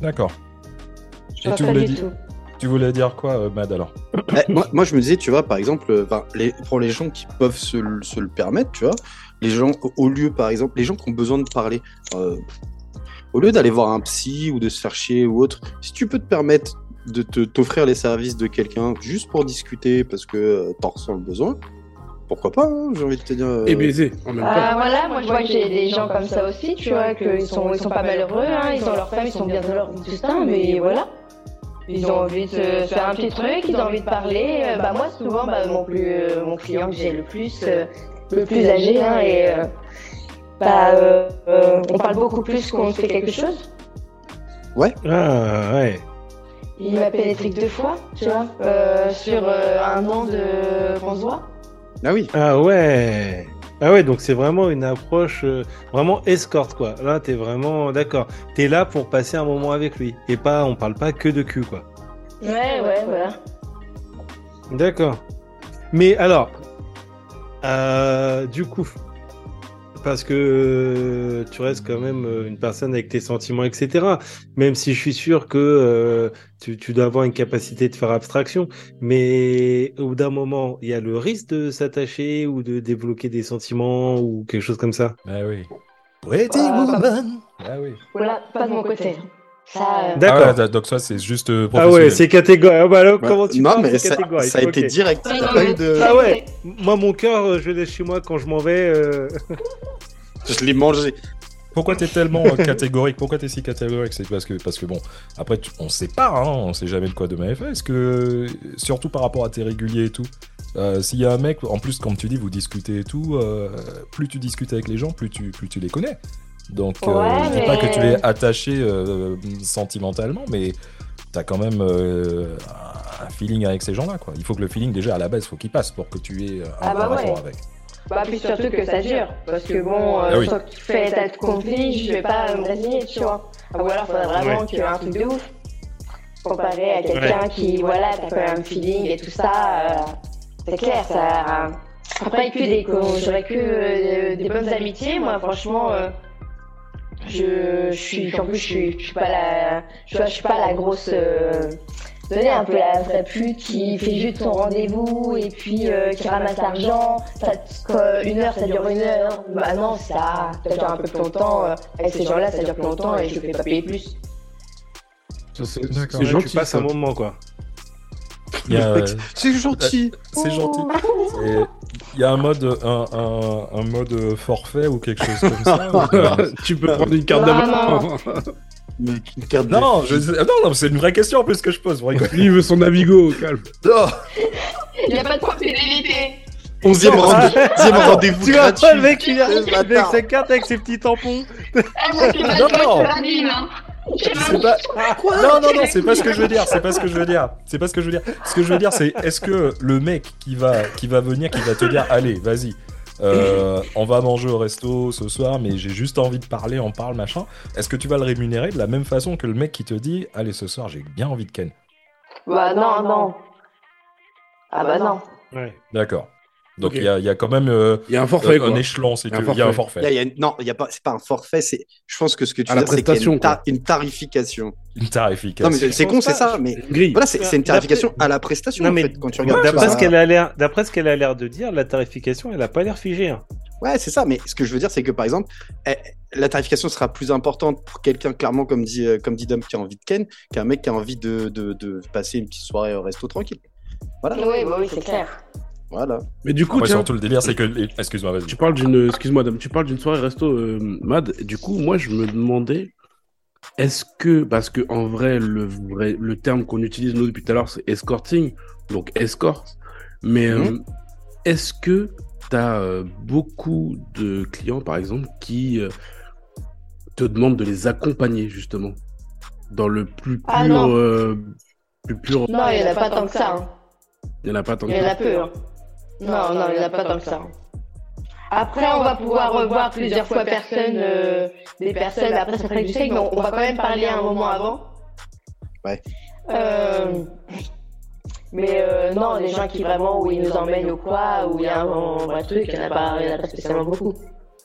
[SPEAKER 3] D'accord.
[SPEAKER 7] Je
[SPEAKER 3] Et
[SPEAKER 7] pense
[SPEAKER 3] tu
[SPEAKER 7] pas
[SPEAKER 3] voulais,
[SPEAKER 7] du
[SPEAKER 3] dire,
[SPEAKER 7] tout.
[SPEAKER 3] tu voulais dire quoi, euh, Mad, alors
[SPEAKER 5] Eh, moi, moi, je me disais, tu vois, par exemple, euh, ben, les, pour les gens qui peuvent se, le- se le permettre, tu vois, les gens, au- au lieu, par exemple, les gens qui ont besoin de parler, euh, au lieu d'aller voir un psy ou de se faire chier ou autre, si tu peux te permettre de te- t'offrir les services de quelqu'un juste pour discuter parce que euh, t'en ressens le besoin, pourquoi pas, hein, j'ai envie de te dire. euh,
[SPEAKER 4] Et baiser en même temps.
[SPEAKER 7] Ah, voilà, moi je vois que j'ai des gens comme ça aussi, tu vois, qu'ils sont, ils sont pas malheureux, hein, ils ont leur femme, ils sont bien dans leur vie, tout ça, mais voilà. Ils ont envie de se faire un petit truc, ils ont envie de parler. euh, Bah, moi, souvent, bah, mon, plus, euh, mon client que j'ai le plus, euh, le plus âgé, hein, et euh, bah, euh, euh, on parle beaucoup plus qu'on ne fait quelque chose.
[SPEAKER 6] Ah, ouais.
[SPEAKER 7] Il m'a pénétré que deux fois, tu vois, euh, sur euh, un an de qu'on se voit.
[SPEAKER 5] Ah oui,
[SPEAKER 6] Ah, ouais. Ah, ouais, donc c'est vraiment une approche euh, vraiment escorte, quoi. Là, t'es vraiment d'accord. T'es là pour passer un moment avec lui. Et pas, on parle pas que de cul, quoi.
[SPEAKER 7] Ouais, ouais, voilà.
[SPEAKER 6] D'accord. Mais alors, euh, du coup, parce que euh, tu restes quand même euh, une personne avec tes sentiments, etc. Même si je suis sûr que euh, tu, tu dois avoir une capacité de faire abstraction, mais au bout d'un moment, il y a le risque de s'attacher ou de débloquer des sentiments ou quelque chose comme ça.
[SPEAKER 3] Ah oui. Pretty
[SPEAKER 7] Ah.
[SPEAKER 3] Woman Ah oui.
[SPEAKER 7] Voilà, pas de mon côté. Ça, euh,
[SPEAKER 6] D'accord.
[SPEAKER 3] Ah ouais, donc ça, c'est juste euh,
[SPEAKER 6] Ah ouais,
[SPEAKER 3] professionnel.
[SPEAKER 6] c'est catégorique. Ah bah alors,
[SPEAKER 5] Ouais.
[SPEAKER 6] comment tu
[SPEAKER 5] non,
[SPEAKER 6] parles,
[SPEAKER 5] mais
[SPEAKER 6] c'est
[SPEAKER 5] ça,
[SPEAKER 6] catégorique.
[SPEAKER 5] ça a été
[SPEAKER 6] Ok.
[SPEAKER 5] direct.
[SPEAKER 7] Ouais,
[SPEAKER 5] y a
[SPEAKER 7] non,
[SPEAKER 5] pas
[SPEAKER 7] mais-
[SPEAKER 5] eu de-
[SPEAKER 6] Ah ouais, moi mon cœur, euh, je laisse chez moi quand je m'en vais. euh,
[SPEAKER 5] Je l'ai mangé.
[SPEAKER 3] Pourquoi t'es tellement euh, catégorique Pourquoi t'es si catégorique C'est parce que, parce que bon, après, tu- on sait pas, hein, on sait jamais de quoi demain est fait. Est-ce que, euh, surtout par rapport à tes réguliers et tout, Euh, S'il y a un mec, en plus, comme tu dis, vous discutez et tout, euh, plus tu discutes avec les gens, plus tu, plus tu les connais. Donc, euh,
[SPEAKER 7] Ouais,
[SPEAKER 3] je dis pas
[SPEAKER 7] mais-
[SPEAKER 3] que tu es attaché euh, sentimentalement, mais t'as quand même euh, un feeling avec ces gens-là, quoi. Il faut que le feeling, déjà, à la base, faut qu'il passe pour que tu aies un
[SPEAKER 7] Ah bah
[SPEAKER 3] bon
[SPEAKER 7] ouais.
[SPEAKER 3] rapport avec.
[SPEAKER 7] Bah, puis surtout que ça dure. Parce que bon, euh,
[SPEAKER 3] Ah oui.
[SPEAKER 7] tant que tu fais l'état de conflit, je vais pas me résigner, tu vois. Ah, Ou alors, faudrait vraiment qu'il y ait un truc de ouf. Comparé à quelqu'un qui, voilà, t'as quand même un feeling et tout ça. euh, c'est clair, ça. Après, que des, cons- j'aurais que euh, des bonnes amitiés, moi, franchement. euh, je, je suis, en plus, je suis, je suis pas la, je, vois, je suis pas la grosse, euh, donnez un peu la vraie pute qui fait juste son rendez-vous et puis euh, qui ramasse l'argent. Ça, quoi, une heure, ça dure une heure. Bah non, ça, ça dure un peu plus longtemps. euh, Avec ces gens-là, ça dure plus longtemps et je fais pas payer plus.
[SPEAKER 4] Ça, C'est
[SPEAKER 3] D'accord.
[SPEAKER 4] c'est
[SPEAKER 6] Ouais,
[SPEAKER 4] gentil.
[SPEAKER 6] tu passes
[SPEAKER 4] ça.
[SPEAKER 6] un moment, quoi.
[SPEAKER 3] Il y a, euh,
[SPEAKER 5] C'est gentil.
[SPEAKER 3] C'est gentil. Et Il y a un mode, un, un- un mode forfait ou quelque chose comme ça. ou pas
[SPEAKER 4] tu peux prendre une carte d'abonnement.
[SPEAKER 5] Mec, une carte de-
[SPEAKER 3] non, je, ah non, non, c'est une vraie question en plus que je pose. vous rigolez.
[SPEAKER 4] Lui, il veut son Navigo, calme.
[SPEAKER 3] Non.
[SPEAKER 7] Il n'y a pas de probabilité.
[SPEAKER 5] Onzième
[SPEAKER 6] Non,
[SPEAKER 5] rendez-
[SPEAKER 6] ah,
[SPEAKER 5] onzième rendez-vous
[SPEAKER 6] Tu vois
[SPEAKER 5] gratuit.
[SPEAKER 6] pas le mec qui vient
[SPEAKER 5] Ce
[SPEAKER 6] il vient avec
[SPEAKER 5] bâtard.
[SPEAKER 6] sa carte, avec ses petits tampons.
[SPEAKER 3] Non, non. C'est pas... Ah, non, non, non, c'est pas ce que je veux dire. C'est pas ce que je veux dire. C'est pas ce que je veux dire. Ce que je veux dire, c'est est-ce que le mec qui va, qui va venir, qui va te dire, allez, vas-y. euh, on va manger au resto ce soir, mais j'ai juste envie de parler, on parle, machin. Est-ce que tu vas le rémunérer de la même façon que le mec qui te dit, allez, ce soir, j'ai bien envie de Ken
[SPEAKER 7] Bah non, non. Ah bah non.
[SPEAKER 6] Ouais.
[SPEAKER 3] D'accord. Donc
[SPEAKER 4] Ok.
[SPEAKER 3] il y a- il y, a quand même euh,
[SPEAKER 4] Il y a un forfait,
[SPEAKER 3] un
[SPEAKER 4] quoi.
[SPEAKER 3] échelon, si
[SPEAKER 4] Il y
[SPEAKER 3] tu
[SPEAKER 4] a un
[SPEAKER 3] veux. Il y a un
[SPEAKER 4] forfait.
[SPEAKER 3] forfait.
[SPEAKER 5] Là, il y a... Non, il y a pas... c'est pas un forfait. C'est... Je pense que ce que tu
[SPEAKER 4] À
[SPEAKER 5] veux
[SPEAKER 4] la
[SPEAKER 5] dire, c'est qu'il y a
[SPEAKER 4] prestation,
[SPEAKER 5] une, ta- une tarification.
[SPEAKER 3] Une
[SPEAKER 5] Non, mais
[SPEAKER 3] tarification.
[SPEAKER 5] c'est- c'est
[SPEAKER 6] Je
[SPEAKER 5] con,
[SPEAKER 6] pense
[SPEAKER 5] c'est
[SPEAKER 6] pas.
[SPEAKER 5] ça. Mais
[SPEAKER 4] Une grille.
[SPEAKER 5] voilà, c'est, c'est une
[SPEAKER 6] La- la-
[SPEAKER 5] tarification à la prestation,
[SPEAKER 6] Non,
[SPEAKER 5] en
[SPEAKER 6] mais-
[SPEAKER 5] fait, quand tu
[SPEAKER 3] Ouais,
[SPEAKER 5] regardes
[SPEAKER 6] D'après
[SPEAKER 5] ça. euh,
[SPEAKER 6] ce qu'elle a l'air, d'après ce qu'elle a l'air de dire, la tarification, elle a pas l'air figée. hein.
[SPEAKER 5] Ouais, c'est ça. Mais ce que je veux dire, c'est que par exemple, eh, la tarification sera plus importante pour quelqu'un, clairement, comme dit, euh, comme dit Dom, qui a envie de Ken, qu'un mec qui a envie de, de, de passer une petite soirée au resto tranquille. Voilà.
[SPEAKER 7] Oui, bah oui, c'est clair.
[SPEAKER 5] Voilà.
[SPEAKER 4] Mais du coup,
[SPEAKER 3] Après,
[SPEAKER 4] tiens,
[SPEAKER 3] surtout le délire, c'est que. les- Excuse-moi, vas-y.
[SPEAKER 4] tu parles d'une, excuse-moi, Dom, tu parles d'une soirée resto euh, mad. Et Du coup, moi, je me demandais, est-ce que, parce que en vrai, le vrai, le terme qu'on utilise nous depuis tout à l'heure, c'est escorting, donc escorte. Mais euh, est-ce que t'as euh, beaucoup de clients, par exemple, qui euh, te demandent de les accompagner justement dans le plus pur,
[SPEAKER 7] Ah non.
[SPEAKER 4] euh, plus pur.
[SPEAKER 7] Non, il n'y en a pas tant que ça. hein.
[SPEAKER 4] Il y en a pas tant. que
[SPEAKER 7] Il y en
[SPEAKER 4] ça.
[SPEAKER 7] a peu. hein. Non, non, il n'y en a pas tant que ça. Après, on va pouvoir revoir plusieurs fois personne, euh, des personnes après ça ferait du sexe, mais on, on va quand même parler un moment avant.
[SPEAKER 5] Ouais.
[SPEAKER 7] Euh, mais euh, non, des gens qui vraiment, où ils nous emmènent ou quoi, où il y a un, un vrai truc, il n'y en, a pas- il y en a pas spécialement beaucoup.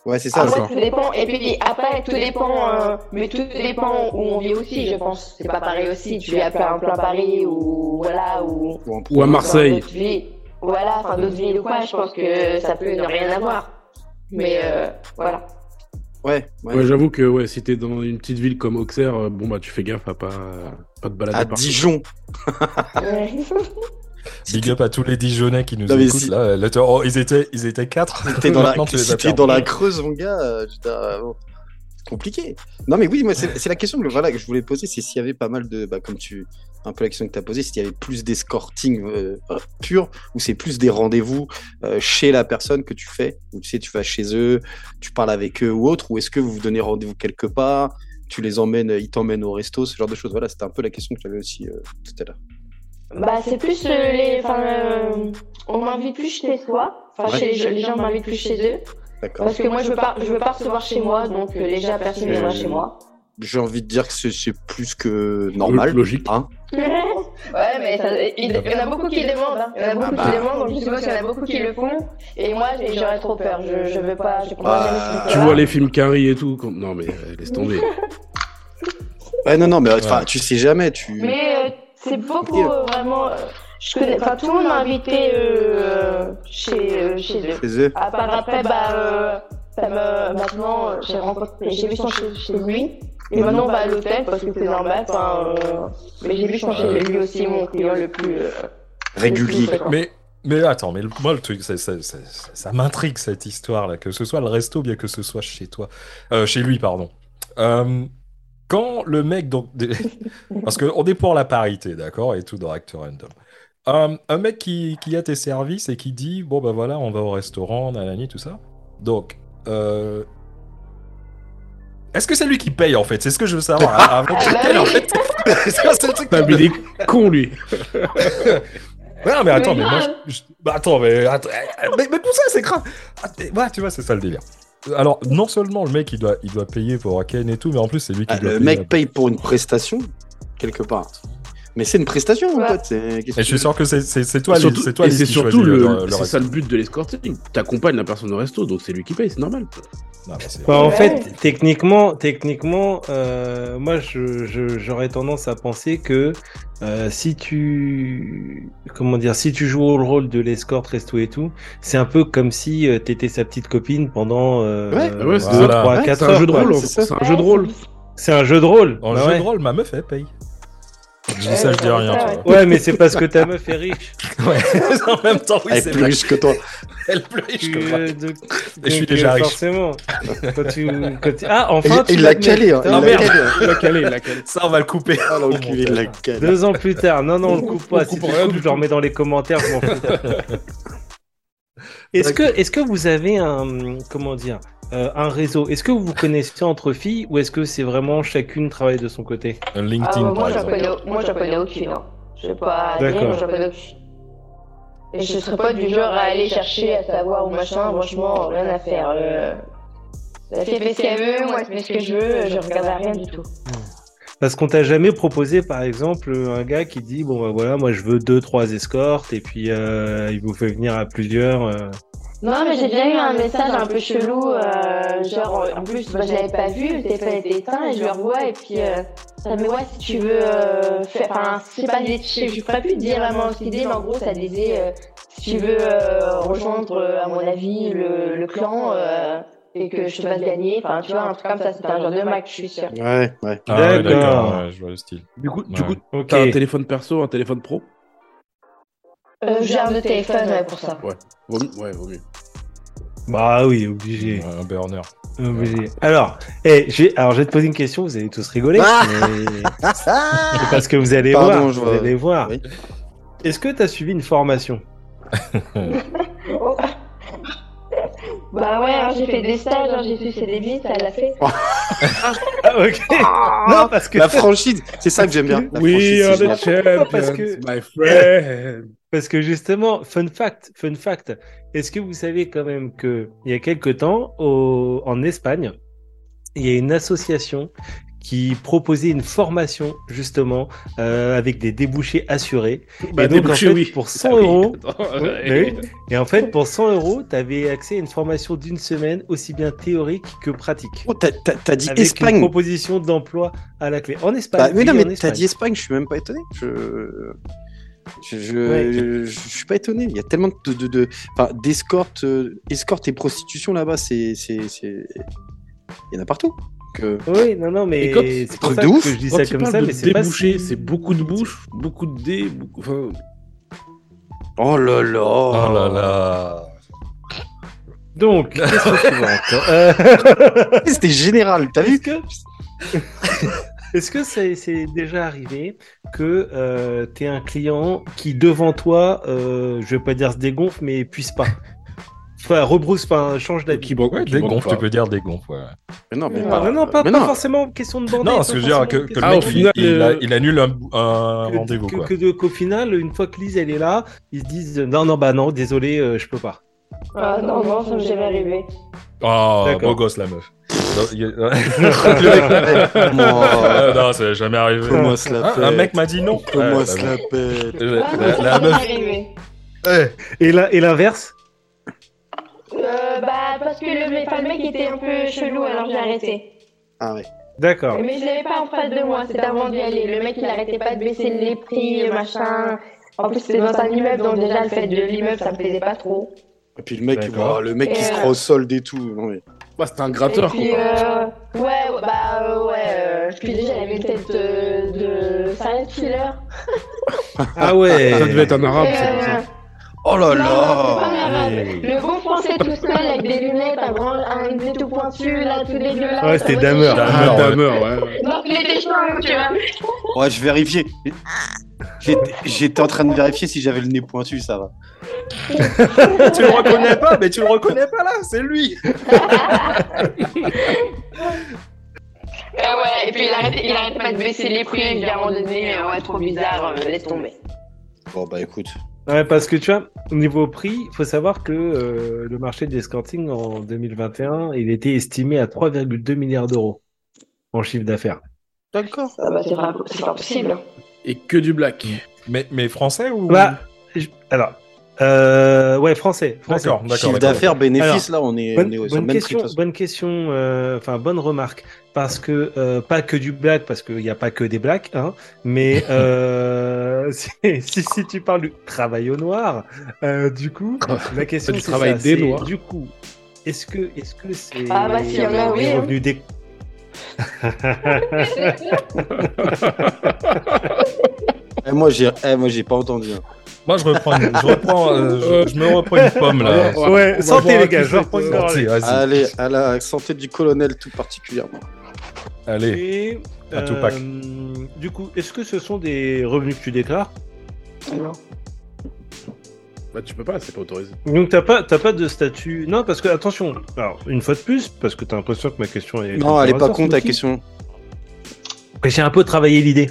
[SPEAKER 5] Ouais, c'est
[SPEAKER 6] Ah
[SPEAKER 5] ça.
[SPEAKER 7] Après,
[SPEAKER 4] d'accord.
[SPEAKER 7] tout dépend, et puis après, tout dépend, euh, mais tout dépend où on vit aussi, je pense. C'est pas pareil aussi, tu vis à plein, plein Paris, ou voilà, ou...
[SPEAKER 5] Pour un-
[SPEAKER 4] Ou à
[SPEAKER 7] Dans
[SPEAKER 4] Marseille.
[SPEAKER 7] d'autres villes. Voilà, enfin d'autres villes ou quoi, je pense que ça peut ne rien avoir. Mais euh, voilà.
[SPEAKER 5] Ouais, ouais.
[SPEAKER 4] Ouais, j'avoue que ouais, si t'es dans une petite ville comme Auxerre, euh, bon bah tu fais gaffe à pas, pas te balader
[SPEAKER 5] à
[SPEAKER 4] partout.
[SPEAKER 5] Dijon.
[SPEAKER 3] Big up à tous les Dijonais qui nous
[SPEAKER 5] Non, mais
[SPEAKER 3] écoutent.
[SPEAKER 5] si-
[SPEAKER 3] là. Le- oh, ils, étaient, ils étaient quatre.
[SPEAKER 5] Si T'es dans, la,
[SPEAKER 3] Maintenant, tu les
[SPEAKER 5] si
[SPEAKER 3] as
[SPEAKER 5] t'es
[SPEAKER 3] perdus.
[SPEAKER 5] dans la creuse, mon gars. euh, putain, bon, c'est compliqué. Non, mais oui, moi, c'est c'est la question que, voilà, que je voulais poser. C'est s'il y avait pas mal de. Bah, comme tu. Un peu la question que tu as posée, s'il y avait plus d'escorting euh, euh, pur ou c'est plus des rendez-vous euh, chez la personne que tu fais, ou tu sais, tu vas chez eux, tu parles avec eux ou autre, ou est-ce que vous vous donnez rendez-vous quelque part, tu les emmènes, ils t'emmènent au resto, ce genre de choses. Voilà, c'était un peu la question que j'avais aussi euh, tout à l'heure.
[SPEAKER 7] Bah, c'est plus euh, les. Enfin, euh, on m'invite plus chez toi. Enfin,
[SPEAKER 5] Ouais.
[SPEAKER 7] chez les, gens- les gens m'invitent plus chez eux.
[SPEAKER 5] D'accord.
[SPEAKER 7] Parce que moi, je veux pas, je veux pas recevoir chez moi, donc euh, déjà, personne ne viendra chez moi.
[SPEAKER 5] J'ai envie de dire que c'est- c'est plus que normal.
[SPEAKER 4] Logique.
[SPEAKER 5] Hein
[SPEAKER 7] Ouais, mais ça- il, il y en a beaucoup qui demandent. hein. Il y en a beaucoup
[SPEAKER 5] bah.
[SPEAKER 7] qui demandent, donc je suppose qu'il y en a beaucoup qui le font. Et moi, j'ai- j'aurais trop peur. Je, je veux pas. Je comprends
[SPEAKER 5] Bah,
[SPEAKER 7] jamais ce truc-là.
[SPEAKER 4] Tu vois les films Carrie et tout. quand- Non mais euh, laisse tomber.
[SPEAKER 5] Ouais, non, non, mais enfin,
[SPEAKER 3] Ouais.
[SPEAKER 5] tu sais jamais. Tu...
[SPEAKER 7] Mais euh, c'est beaucoup
[SPEAKER 5] Ok.
[SPEAKER 7] euh, vraiment. euh, je connais, enfin tout le monde m'a invité euh, chez euh, chez eux.
[SPEAKER 5] Chez eux.
[SPEAKER 7] À part après, bah euh, ça me- maintenant euh, j'ai rencontré, j'ai vu son chez, chez lui. Et maintenant on va à l'hôtel parce que c'est normal. Enfin, euh, mais j'ai vu son chez
[SPEAKER 3] Euh.
[SPEAKER 7] lui aussi, mon client le plus euh,
[SPEAKER 5] Régulier.
[SPEAKER 7] le plus fréquent.
[SPEAKER 3] Mais, mais attends, mais le- moi, le truc, c'est- c'est- c'est- c'est- ça m'intrigue cette histoire-là. Que ce soit le resto, bien que ce soit chez toi. Euh, chez lui, pardon. Euh, quand le mec. Donc, des- Parce qu'on est pour la parité, d'accord Et tout dans Acteur Random. Un, un mec qui, qui a tes services et qui dit Bon, bah voilà, on va au restaurant, nanani, tout ça. Donc, euh, est-ce que c'est lui qui paye en fait C'est ce que je veux savoir. hein, avant
[SPEAKER 7] Ah
[SPEAKER 3] qu'il
[SPEAKER 7] bah
[SPEAKER 3] paye, en
[SPEAKER 7] oui.
[SPEAKER 3] fait. Ça, c'est le truc qui
[SPEAKER 4] Putain,
[SPEAKER 3] me-
[SPEAKER 4] mais il est con, lui.
[SPEAKER 3] Ouais, non, mais attends,
[SPEAKER 7] Mais
[SPEAKER 3] mais moi,
[SPEAKER 7] grave.
[SPEAKER 3] je- je- bah, attends, mais, attends, eh, mais, mais tout ça, c'est grave. Ah, mais- Ouais, tu vois, c'est ça le délire. Alors, non seulement le mec, il doit, il doit payer pour Ken et tout, mais en plus, c'est lui qui
[SPEAKER 5] Ah,
[SPEAKER 3] doit
[SPEAKER 5] le
[SPEAKER 3] payer
[SPEAKER 5] mec
[SPEAKER 3] la-
[SPEAKER 5] paye pour une prestation, quelque part. Mais c'est une prestation, mon
[SPEAKER 7] Ouais.
[SPEAKER 5] pote. c'est- qu'est-ce
[SPEAKER 3] Et je
[SPEAKER 5] que
[SPEAKER 3] suis
[SPEAKER 5] tu veux
[SPEAKER 3] sûr que c'est- c'est c'est toi,
[SPEAKER 4] Et
[SPEAKER 3] Alice,
[SPEAKER 4] surtout-
[SPEAKER 3] c'est toi,
[SPEAKER 4] et
[SPEAKER 3] Alice
[SPEAKER 4] c'est
[SPEAKER 3] qui
[SPEAKER 4] surtout
[SPEAKER 3] choisis
[SPEAKER 4] le,
[SPEAKER 3] le- le
[SPEAKER 4] c'est
[SPEAKER 3] reste.
[SPEAKER 4] ça le but de l'escorting. T'accompagnes la personne au resto, donc c'est lui qui paye, c'est normal.
[SPEAKER 3] Non, mais c'est-
[SPEAKER 6] Bah, en
[SPEAKER 7] Ouais.
[SPEAKER 6] fait, techniquement, techniquement, euh, moi, je- je- j'aurais tendance à penser que euh, si tu, comment dire, si tu joues le rôle de l'escorte resto et tout, c'est un peu comme si euh, t'étais sa petite copine pendant euh,
[SPEAKER 5] Ouais,
[SPEAKER 4] ouais, c'est
[SPEAKER 3] ça.
[SPEAKER 6] 3
[SPEAKER 5] Ouais,
[SPEAKER 6] 4
[SPEAKER 4] C'est un
[SPEAKER 6] heures.
[SPEAKER 4] jeu de
[SPEAKER 6] quoi.
[SPEAKER 4] rôle, en
[SPEAKER 5] c'est
[SPEAKER 4] fait.
[SPEAKER 5] ça.
[SPEAKER 4] c'est un jeu
[SPEAKER 7] Bah
[SPEAKER 4] de rôle.
[SPEAKER 6] C'est un jeu de rôle.
[SPEAKER 3] En
[SPEAKER 6] bah
[SPEAKER 3] jeu
[SPEAKER 6] ouais.
[SPEAKER 3] de rôle, ma meuf, elle paye. Je dis
[SPEAKER 7] Ouais,
[SPEAKER 3] ça, je dis
[SPEAKER 7] ouais,
[SPEAKER 3] rien.
[SPEAKER 7] ouais,
[SPEAKER 3] tu
[SPEAKER 7] ouais.
[SPEAKER 3] vois.
[SPEAKER 6] Ouais, mais c'est parce que ta meuf est riche.
[SPEAKER 3] Ouais, en même temps, oui,
[SPEAKER 5] Elle est
[SPEAKER 3] c'est
[SPEAKER 5] plus
[SPEAKER 3] vrai.
[SPEAKER 5] riche que toi.
[SPEAKER 3] Elle est plus riche
[SPEAKER 6] Tu,
[SPEAKER 3] que moi.
[SPEAKER 6] euh, donc-
[SPEAKER 3] Et je suis
[SPEAKER 6] donc,
[SPEAKER 3] déjà
[SPEAKER 6] euh,
[SPEAKER 3] riche.
[SPEAKER 6] Forcément. Quand tu, quand tu- Ah,
[SPEAKER 5] Et
[SPEAKER 6] enfin, tu
[SPEAKER 5] il l'a
[SPEAKER 6] l'admets.
[SPEAKER 5] calé, hein, il
[SPEAKER 6] Ah,
[SPEAKER 5] l'a
[SPEAKER 6] merde.
[SPEAKER 5] calé.
[SPEAKER 4] Il l'a calé, il l'a calé.
[SPEAKER 3] Ça, on va le couper.
[SPEAKER 5] Ah, l'enculé, il l'a
[SPEAKER 3] Putain.
[SPEAKER 5] calé.
[SPEAKER 6] Deux ans plus tard. Non, non, on le coupe pas.
[SPEAKER 4] On
[SPEAKER 6] Si
[SPEAKER 4] coupe
[SPEAKER 6] tu le
[SPEAKER 4] rien
[SPEAKER 6] coupes,
[SPEAKER 4] du
[SPEAKER 6] je le remets dans les commentaires. je m'en fous. Est-ce que, est-ce que vous avez un, comment dire, euh, un réseau Est-ce que vous vous connaissez entre filles ou est-ce que c'est vraiment chacune travaille de son côté
[SPEAKER 3] Un
[SPEAKER 7] Ah,
[SPEAKER 3] LinkedIn, par
[SPEAKER 7] moi, j'en
[SPEAKER 3] exemple.
[SPEAKER 7] connais, moi, j'en connais aucune. hein. Je vais pas dire,
[SPEAKER 6] D'accord.
[SPEAKER 7] moi, j'en connais aucune. Et je serais pas du genre à aller chercher, à savoir ou machin, franchement, rien à faire. euh. La fille fait ce qu'elle veut, moi, je fais ce que je veux, je regarde à rien du tout.
[SPEAKER 6] Parce qu'on t'a jamais proposé, par exemple, un gars qui dit bon, bah, voilà, moi, je veux deux, trois escortes et puis euh, il vous fait venir à plusieurs. euh.
[SPEAKER 7] Non, mais j'ai déjà eu un message un peu chelou, euh, genre, en plus, moi, je l'avais pas vu, le téléphone était éteint, et je le revois, et puis, euh, ça me dit, ouais, si tu veux, euh, faire, enfin, c'est pas des, je je pourrais plus te dire vraiment ce qu'il dit, mais en gros, ça disait, euh, si tu veux euh, rejoindre, euh, à mon avis, le, le clan, euh, et que je te fasse gagner, enfin, tu vois, un truc comme ça, c'était un genre de Mac, je suis sûre.
[SPEAKER 5] Ouais, ouais.
[SPEAKER 3] Ah, ouais,
[SPEAKER 6] D'accord.
[SPEAKER 3] d'accord, ouais, je vois le style.
[SPEAKER 4] Du coup, du
[SPEAKER 3] Ouais.
[SPEAKER 4] coup
[SPEAKER 6] Ok.
[SPEAKER 4] t'as un téléphone perso, un téléphone pro
[SPEAKER 7] Euh, j'ai un de téléphone, ouais, pour ça.
[SPEAKER 4] Vaut mieux- Ouais, vaut mieux.
[SPEAKER 6] Bah oui, obligé.
[SPEAKER 3] Un burner.
[SPEAKER 6] Obligé. Euh, Alors, eh, j'ai- alors, je vais te poser une question, vous allez tous rigoler.
[SPEAKER 5] Ah
[SPEAKER 6] mais-
[SPEAKER 5] Ah
[SPEAKER 6] C'est parce que vous allez
[SPEAKER 5] Pardon,
[SPEAKER 6] voir.
[SPEAKER 5] je
[SPEAKER 6] vous
[SPEAKER 5] vois.
[SPEAKER 6] allez voir.
[SPEAKER 5] Oui.
[SPEAKER 6] Est-ce que tu as suivi une formation
[SPEAKER 7] Oh. Bah ouais, hein, j'ai fait des stages, hein, j'ai fait ses débits, ça l'a fait.
[SPEAKER 6] Ah, ok. non, parce que,
[SPEAKER 5] la franchise, c'est ça que j'aime bien. La franchise,
[SPEAKER 6] euh,
[SPEAKER 5] c'est génial.
[SPEAKER 6] champions, Parce que-
[SPEAKER 4] my friend.
[SPEAKER 6] parce que justement, fun fact, fun fact. Est-ce que vous savez quand même que il y a quelque temps, au- en Espagne, il y a une association qui proposait une formation justement euh, avec des débouchés assurés.
[SPEAKER 4] Bah,
[SPEAKER 6] Et donc, en
[SPEAKER 4] débouché,
[SPEAKER 6] fait,
[SPEAKER 4] oui.
[SPEAKER 6] pour 100
[SPEAKER 4] Ah oui,
[SPEAKER 6] euros-
[SPEAKER 4] attends,
[SPEAKER 6] Oui,
[SPEAKER 4] ouais.
[SPEAKER 6] bah Et en fait, pour 100 euros, tu avais accès à une formation d'une semaine aussi bien théorique que pratique.
[SPEAKER 5] Oh, t'as- t'as t'as dit
[SPEAKER 6] Avec une
[SPEAKER 5] Espagne.
[SPEAKER 6] proposition d'emploi à la clé. En Espagne.
[SPEAKER 5] Bah, mais non,
[SPEAKER 6] oui, en
[SPEAKER 5] mais t'as
[SPEAKER 6] Espagne.
[SPEAKER 5] dit Espagne, je suis même pas étonné. Je. Je, je,
[SPEAKER 6] Ouais.
[SPEAKER 5] je- je suis pas étonné. Il y a tellement de de- de- enfin, d'escorte, euh, escorte et prostitution là-bas. C'est, c'est, c'est- il y en a partout. Que...
[SPEAKER 6] Oui, non, non, mais
[SPEAKER 4] Et quand-
[SPEAKER 6] c'est pour
[SPEAKER 5] truc
[SPEAKER 6] ça
[SPEAKER 5] de
[SPEAKER 6] que
[SPEAKER 5] ouf,
[SPEAKER 6] je dis
[SPEAKER 4] Quand
[SPEAKER 6] ça
[SPEAKER 4] tu
[SPEAKER 6] comme
[SPEAKER 4] parles
[SPEAKER 6] ça,
[SPEAKER 4] de
[SPEAKER 6] mais c'est pas
[SPEAKER 4] débouché,
[SPEAKER 6] si-
[SPEAKER 4] c'est beaucoup de bouches, beaucoup de dés, beaucoup... enfin,
[SPEAKER 5] Oh là là.
[SPEAKER 3] Oh là là.
[SPEAKER 6] Donc, question suivante. Euh,
[SPEAKER 5] C'était général. T'as vu
[SPEAKER 6] Est-ce que est-ce que c'est c'est déjà arrivé que euh, t'es un client qui devant toi, euh, je vais pas dire se dégonfle, mais puisse pas. Enfin, rebrousse, enfin, change
[SPEAKER 4] euh,
[SPEAKER 6] d'habit.
[SPEAKER 4] qui manque,
[SPEAKER 3] Ouais,
[SPEAKER 4] qui
[SPEAKER 3] des
[SPEAKER 4] manque
[SPEAKER 3] gonfles,
[SPEAKER 4] pas.
[SPEAKER 3] tu peux dire des gonfles, ouais.
[SPEAKER 5] Mais non, mais
[SPEAKER 7] Non,
[SPEAKER 5] pas.
[SPEAKER 6] Non, non, pas,
[SPEAKER 5] mais
[SPEAKER 6] pas
[SPEAKER 5] non.
[SPEAKER 6] forcément question de bander.
[SPEAKER 3] Non, ce que je veux dire, que, que le
[SPEAKER 4] Ah,
[SPEAKER 3] mec,
[SPEAKER 4] au
[SPEAKER 3] il-
[SPEAKER 4] final,
[SPEAKER 3] il, a-
[SPEAKER 4] euh,
[SPEAKER 3] il annule un, un
[SPEAKER 6] que-
[SPEAKER 3] rendez-vous,
[SPEAKER 6] que-
[SPEAKER 3] quoi.
[SPEAKER 6] que de- qu'au final, une fois que Lise elle est là, ils se disent non, non, bah non, désolé, euh, je peux pas.
[SPEAKER 7] Ah non, non, ça m'est jamais arrivé.
[SPEAKER 3] Oh,
[SPEAKER 6] D'accord.
[SPEAKER 3] beau gosse, la meuf. Non, il y a- Le mec- Euh, non, ça n'est jamais arrivé.
[SPEAKER 5] Comment se la
[SPEAKER 3] Hein,
[SPEAKER 5] pète
[SPEAKER 3] un mec m'a dit non.
[SPEAKER 5] Comment
[SPEAKER 3] Ouais,
[SPEAKER 5] se
[SPEAKER 3] bah,
[SPEAKER 5] la pète
[SPEAKER 3] la-
[SPEAKER 7] Ah,
[SPEAKER 3] la-
[SPEAKER 7] ça
[SPEAKER 3] la
[SPEAKER 7] m'est
[SPEAKER 3] meuf-
[SPEAKER 7] arrivé.
[SPEAKER 6] Et la- et l'inverse
[SPEAKER 7] Euh, bah, parce que le, mec- enfin, le mec était un peu chelou, alors j'ai arrêté.
[SPEAKER 5] Ah ouais.
[SPEAKER 6] D'accord.
[SPEAKER 7] Mais je l'avais pas en face de moi, c'était avant d'y aller. Le mec, il arrêtait pas de baisser les prix, machin. En plus, c'était dans un immeuble, donc déjà, le fait de l'immeuble, ça me plaisait pas trop.
[SPEAKER 5] Et puis le mec, il
[SPEAKER 6] D'accord.
[SPEAKER 5] voit, le mec qui
[SPEAKER 7] Et
[SPEAKER 5] se
[SPEAKER 7] euh,
[SPEAKER 5] croit au solde et tout. Non, mais...
[SPEAKER 4] Bah, c'était un
[SPEAKER 7] Et
[SPEAKER 4] gratteur,
[SPEAKER 7] puis,
[SPEAKER 4] quoi.
[SPEAKER 7] euh, ouais, ouais, bah, euh, ouais. euh, puis déjà, j'avais une tête de, de serial killer.
[SPEAKER 6] Ah ouais.
[SPEAKER 4] Ça devait être un arabe,
[SPEAKER 7] Et,
[SPEAKER 4] c'est pour
[SPEAKER 7] euh,
[SPEAKER 4] ça.
[SPEAKER 5] Oh là
[SPEAKER 7] non, non, c'est pas un
[SPEAKER 5] là
[SPEAKER 7] arabe. Le bon français tout seul avec des lunettes, un grand, un nez tout pointu, là, tout dégueulasse.
[SPEAKER 6] Ouais, c'était
[SPEAKER 7] Ah,
[SPEAKER 6] Dahmer.
[SPEAKER 4] Ah,
[SPEAKER 3] ouais.
[SPEAKER 4] Dahmer, ouais. ouais.
[SPEAKER 7] Donc, il était chaud, tu vois.
[SPEAKER 5] Ouais, je vérifiais. J'étais- J'étais en train de vérifier si j'avais le nez pointu, ça va.
[SPEAKER 3] tu le reconnais pas, mais tu le reconnais pas là, c'est lui.
[SPEAKER 7] Euh, ouais, et puis il arrête, il arrête pas de baisser les prix, il vient à un moment donné, euh, ouais, trop bizarre, euh, laisse tomber.
[SPEAKER 5] Bon, bah écoute.
[SPEAKER 6] Ouais, parce que tu vois, au niveau prix, il faut savoir que euh, le marché de l'escorting en 2021, il était estimé à 3,2 milliards d'euros en chiffre d'affaires.
[SPEAKER 5] D'accord.
[SPEAKER 7] Ah bah, c'est pas, c'est pas possible.
[SPEAKER 4] Et que du black.
[SPEAKER 3] Mais, mais français ou
[SPEAKER 6] Bah, je- alors, euh, ouais, français. français.
[SPEAKER 3] D'accord, d'accord.
[SPEAKER 5] Chiffre
[SPEAKER 3] d'accord.
[SPEAKER 5] d'affaires, bénéfice, là, on est, on
[SPEAKER 6] Bonne,
[SPEAKER 5] est sur
[SPEAKER 6] bonne
[SPEAKER 5] le même prix.
[SPEAKER 6] question,
[SPEAKER 5] de toute façon.
[SPEAKER 6] bonne question, euh, enfin bonne remarque, parce que euh, pas que du black, parce qu'il n'y a pas que des blacks, hein, mais euh, si, si, si tu parles du travail au noir, euh, du coup, la question
[SPEAKER 4] Du
[SPEAKER 6] c'est
[SPEAKER 4] travail
[SPEAKER 6] ça,
[SPEAKER 4] des
[SPEAKER 6] c'est,
[SPEAKER 4] Noirs.
[SPEAKER 6] Du coup, est-ce que est-ce que c'est
[SPEAKER 7] Ah, bah, s'il y en a, oui,
[SPEAKER 6] les
[SPEAKER 7] hein.
[SPEAKER 6] revenus des
[SPEAKER 5] Eh, moi, j'ai eh, moi, j'ai pas entendu. hein.
[SPEAKER 3] Moi, je reprends, une- je, reprends euh, je, je me reprends une pomme là. Ah,
[SPEAKER 4] Ouais, on va
[SPEAKER 6] santé,
[SPEAKER 4] voir
[SPEAKER 6] les
[SPEAKER 4] qui
[SPEAKER 6] gars,
[SPEAKER 4] c'est
[SPEAKER 6] je reprends
[SPEAKER 4] que-
[SPEAKER 6] une gorgée.
[SPEAKER 3] Sortez, vas-y.
[SPEAKER 5] Allez, à la santé du colonel, tout particulièrement.
[SPEAKER 3] Allez,
[SPEAKER 6] Et, euh,
[SPEAKER 3] à Tupac.
[SPEAKER 6] du coup, est-ce que ce sont des revenus que tu déclares
[SPEAKER 7] Non.
[SPEAKER 4] Bah, tu peux pas, c'est pas autorisé.
[SPEAKER 6] Donc t'as pas t'as pas de statut Non, parce que attention. Alors une fois de plus, parce que t'as l'impression que ma question est
[SPEAKER 5] Non, elle est pas
[SPEAKER 6] Smokey.
[SPEAKER 5] con ta question.
[SPEAKER 6] Mais J'ai un peu travaillé l'idée.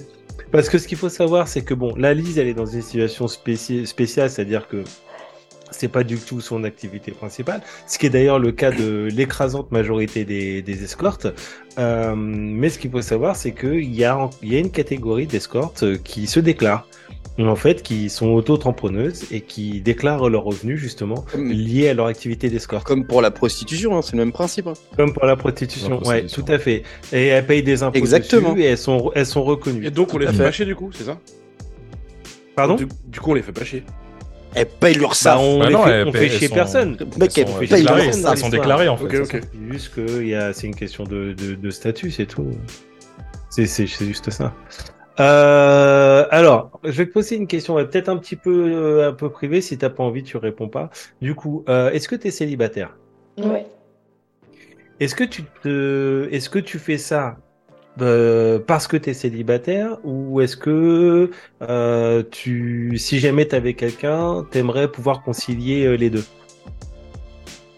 [SPEAKER 6] Parce que ce qu'il faut savoir, c'est que bon, la Lise, elle est dans une situation spéci- spéciale, c'est-à-dire que c'est pas du tout son activité principale, ce qui est d'ailleurs le cas de l'écrasante majorité des, des escortes. Euh, mais ce qu'il faut savoir, c'est qu'il y, a en- il y a une catégorie d'escortes euh, qui se déclarent, en fait, qui sont auto-tamponneuses et qui déclarent leurs revenus, justement,
[SPEAKER 5] Comme,
[SPEAKER 6] liés à leur activité d'escorte.
[SPEAKER 5] comme pour la prostitution, hein, c'est le même principe. hein.
[SPEAKER 6] Comme pour la prostitution,
[SPEAKER 3] La
[SPEAKER 6] ouais,
[SPEAKER 3] prostitution.
[SPEAKER 6] tout à fait. Et elles payent des impôts
[SPEAKER 5] Exactement.
[SPEAKER 6] dessus et elles sont, elles sont reconnues.
[SPEAKER 4] Et donc, on les
[SPEAKER 3] Tout à
[SPEAKER 4] fait
[SPEAKER 3] fait.
[SPEAKER 4] pas chier, du coup, c'est ça
[SPEAKER 6] Pardon
[SPEAKER 4] du, du coup, on les fait pas chier.
[SPEAKER 5] Elle paye
[SPEAKER 6] Bah,
[SPEAKER 5] l'URSSAF.
[SPEAKER 6] on,
[SPEAKER 3] Bah
[SPEAKER 6] les
[SPEAKER 3] non,
[SPEAKER 6] fait,
[SPEAKER 3] elles
[SPEAKER 6] on fait
[SPEAKER 3] paient-
[SPEAKER 6] chier
[SPEAKER 3] elles sont-
[SPEAKER 6] personne.
[SPEAKER 5] Mec,
[SPEAKER 3] elles
[SPEAKER 5] elle
[SPEAKER 3] sont
[SPEAKER 5] paye
[SPEAKER 6] déclarées,
[SPEAKER 5] l'URSSAF.
[SPEAKER 3] déclarées,
[SPEAKER 6] ça,
[SPEAKER 3] elles sont
[SPEAKER 6] l'histoire.
[SPEAKER 5] Bah,
[SPEAKER 3] déclarées en fait.
[SPEAKER 4] Ok,
[SPEAKER 3] c'est
[SPEAKER 4] ok.
[SPEAKER 6] C'est juste que y a- c'est une question de, de, de statut, c'est tout. C'est c'est- c'est juste ça. Euh, alors, je vais te poser une question, ouais, peut-être un petit peu, euh, un peu privée. Si t'as pas envie, tu réponds pas. Du coup, euh, est-ce que tu es célibataire
[SPEAKER 7] Ouais.
[SPEAKER 6] Est-ce que tu te, est-ce que tu fais ça euh, parce que tu es célibataire ou est-ce que euh, tu, si jamais t'avais quelqu'un, t'aimerais pouvoir concilier euh, les deux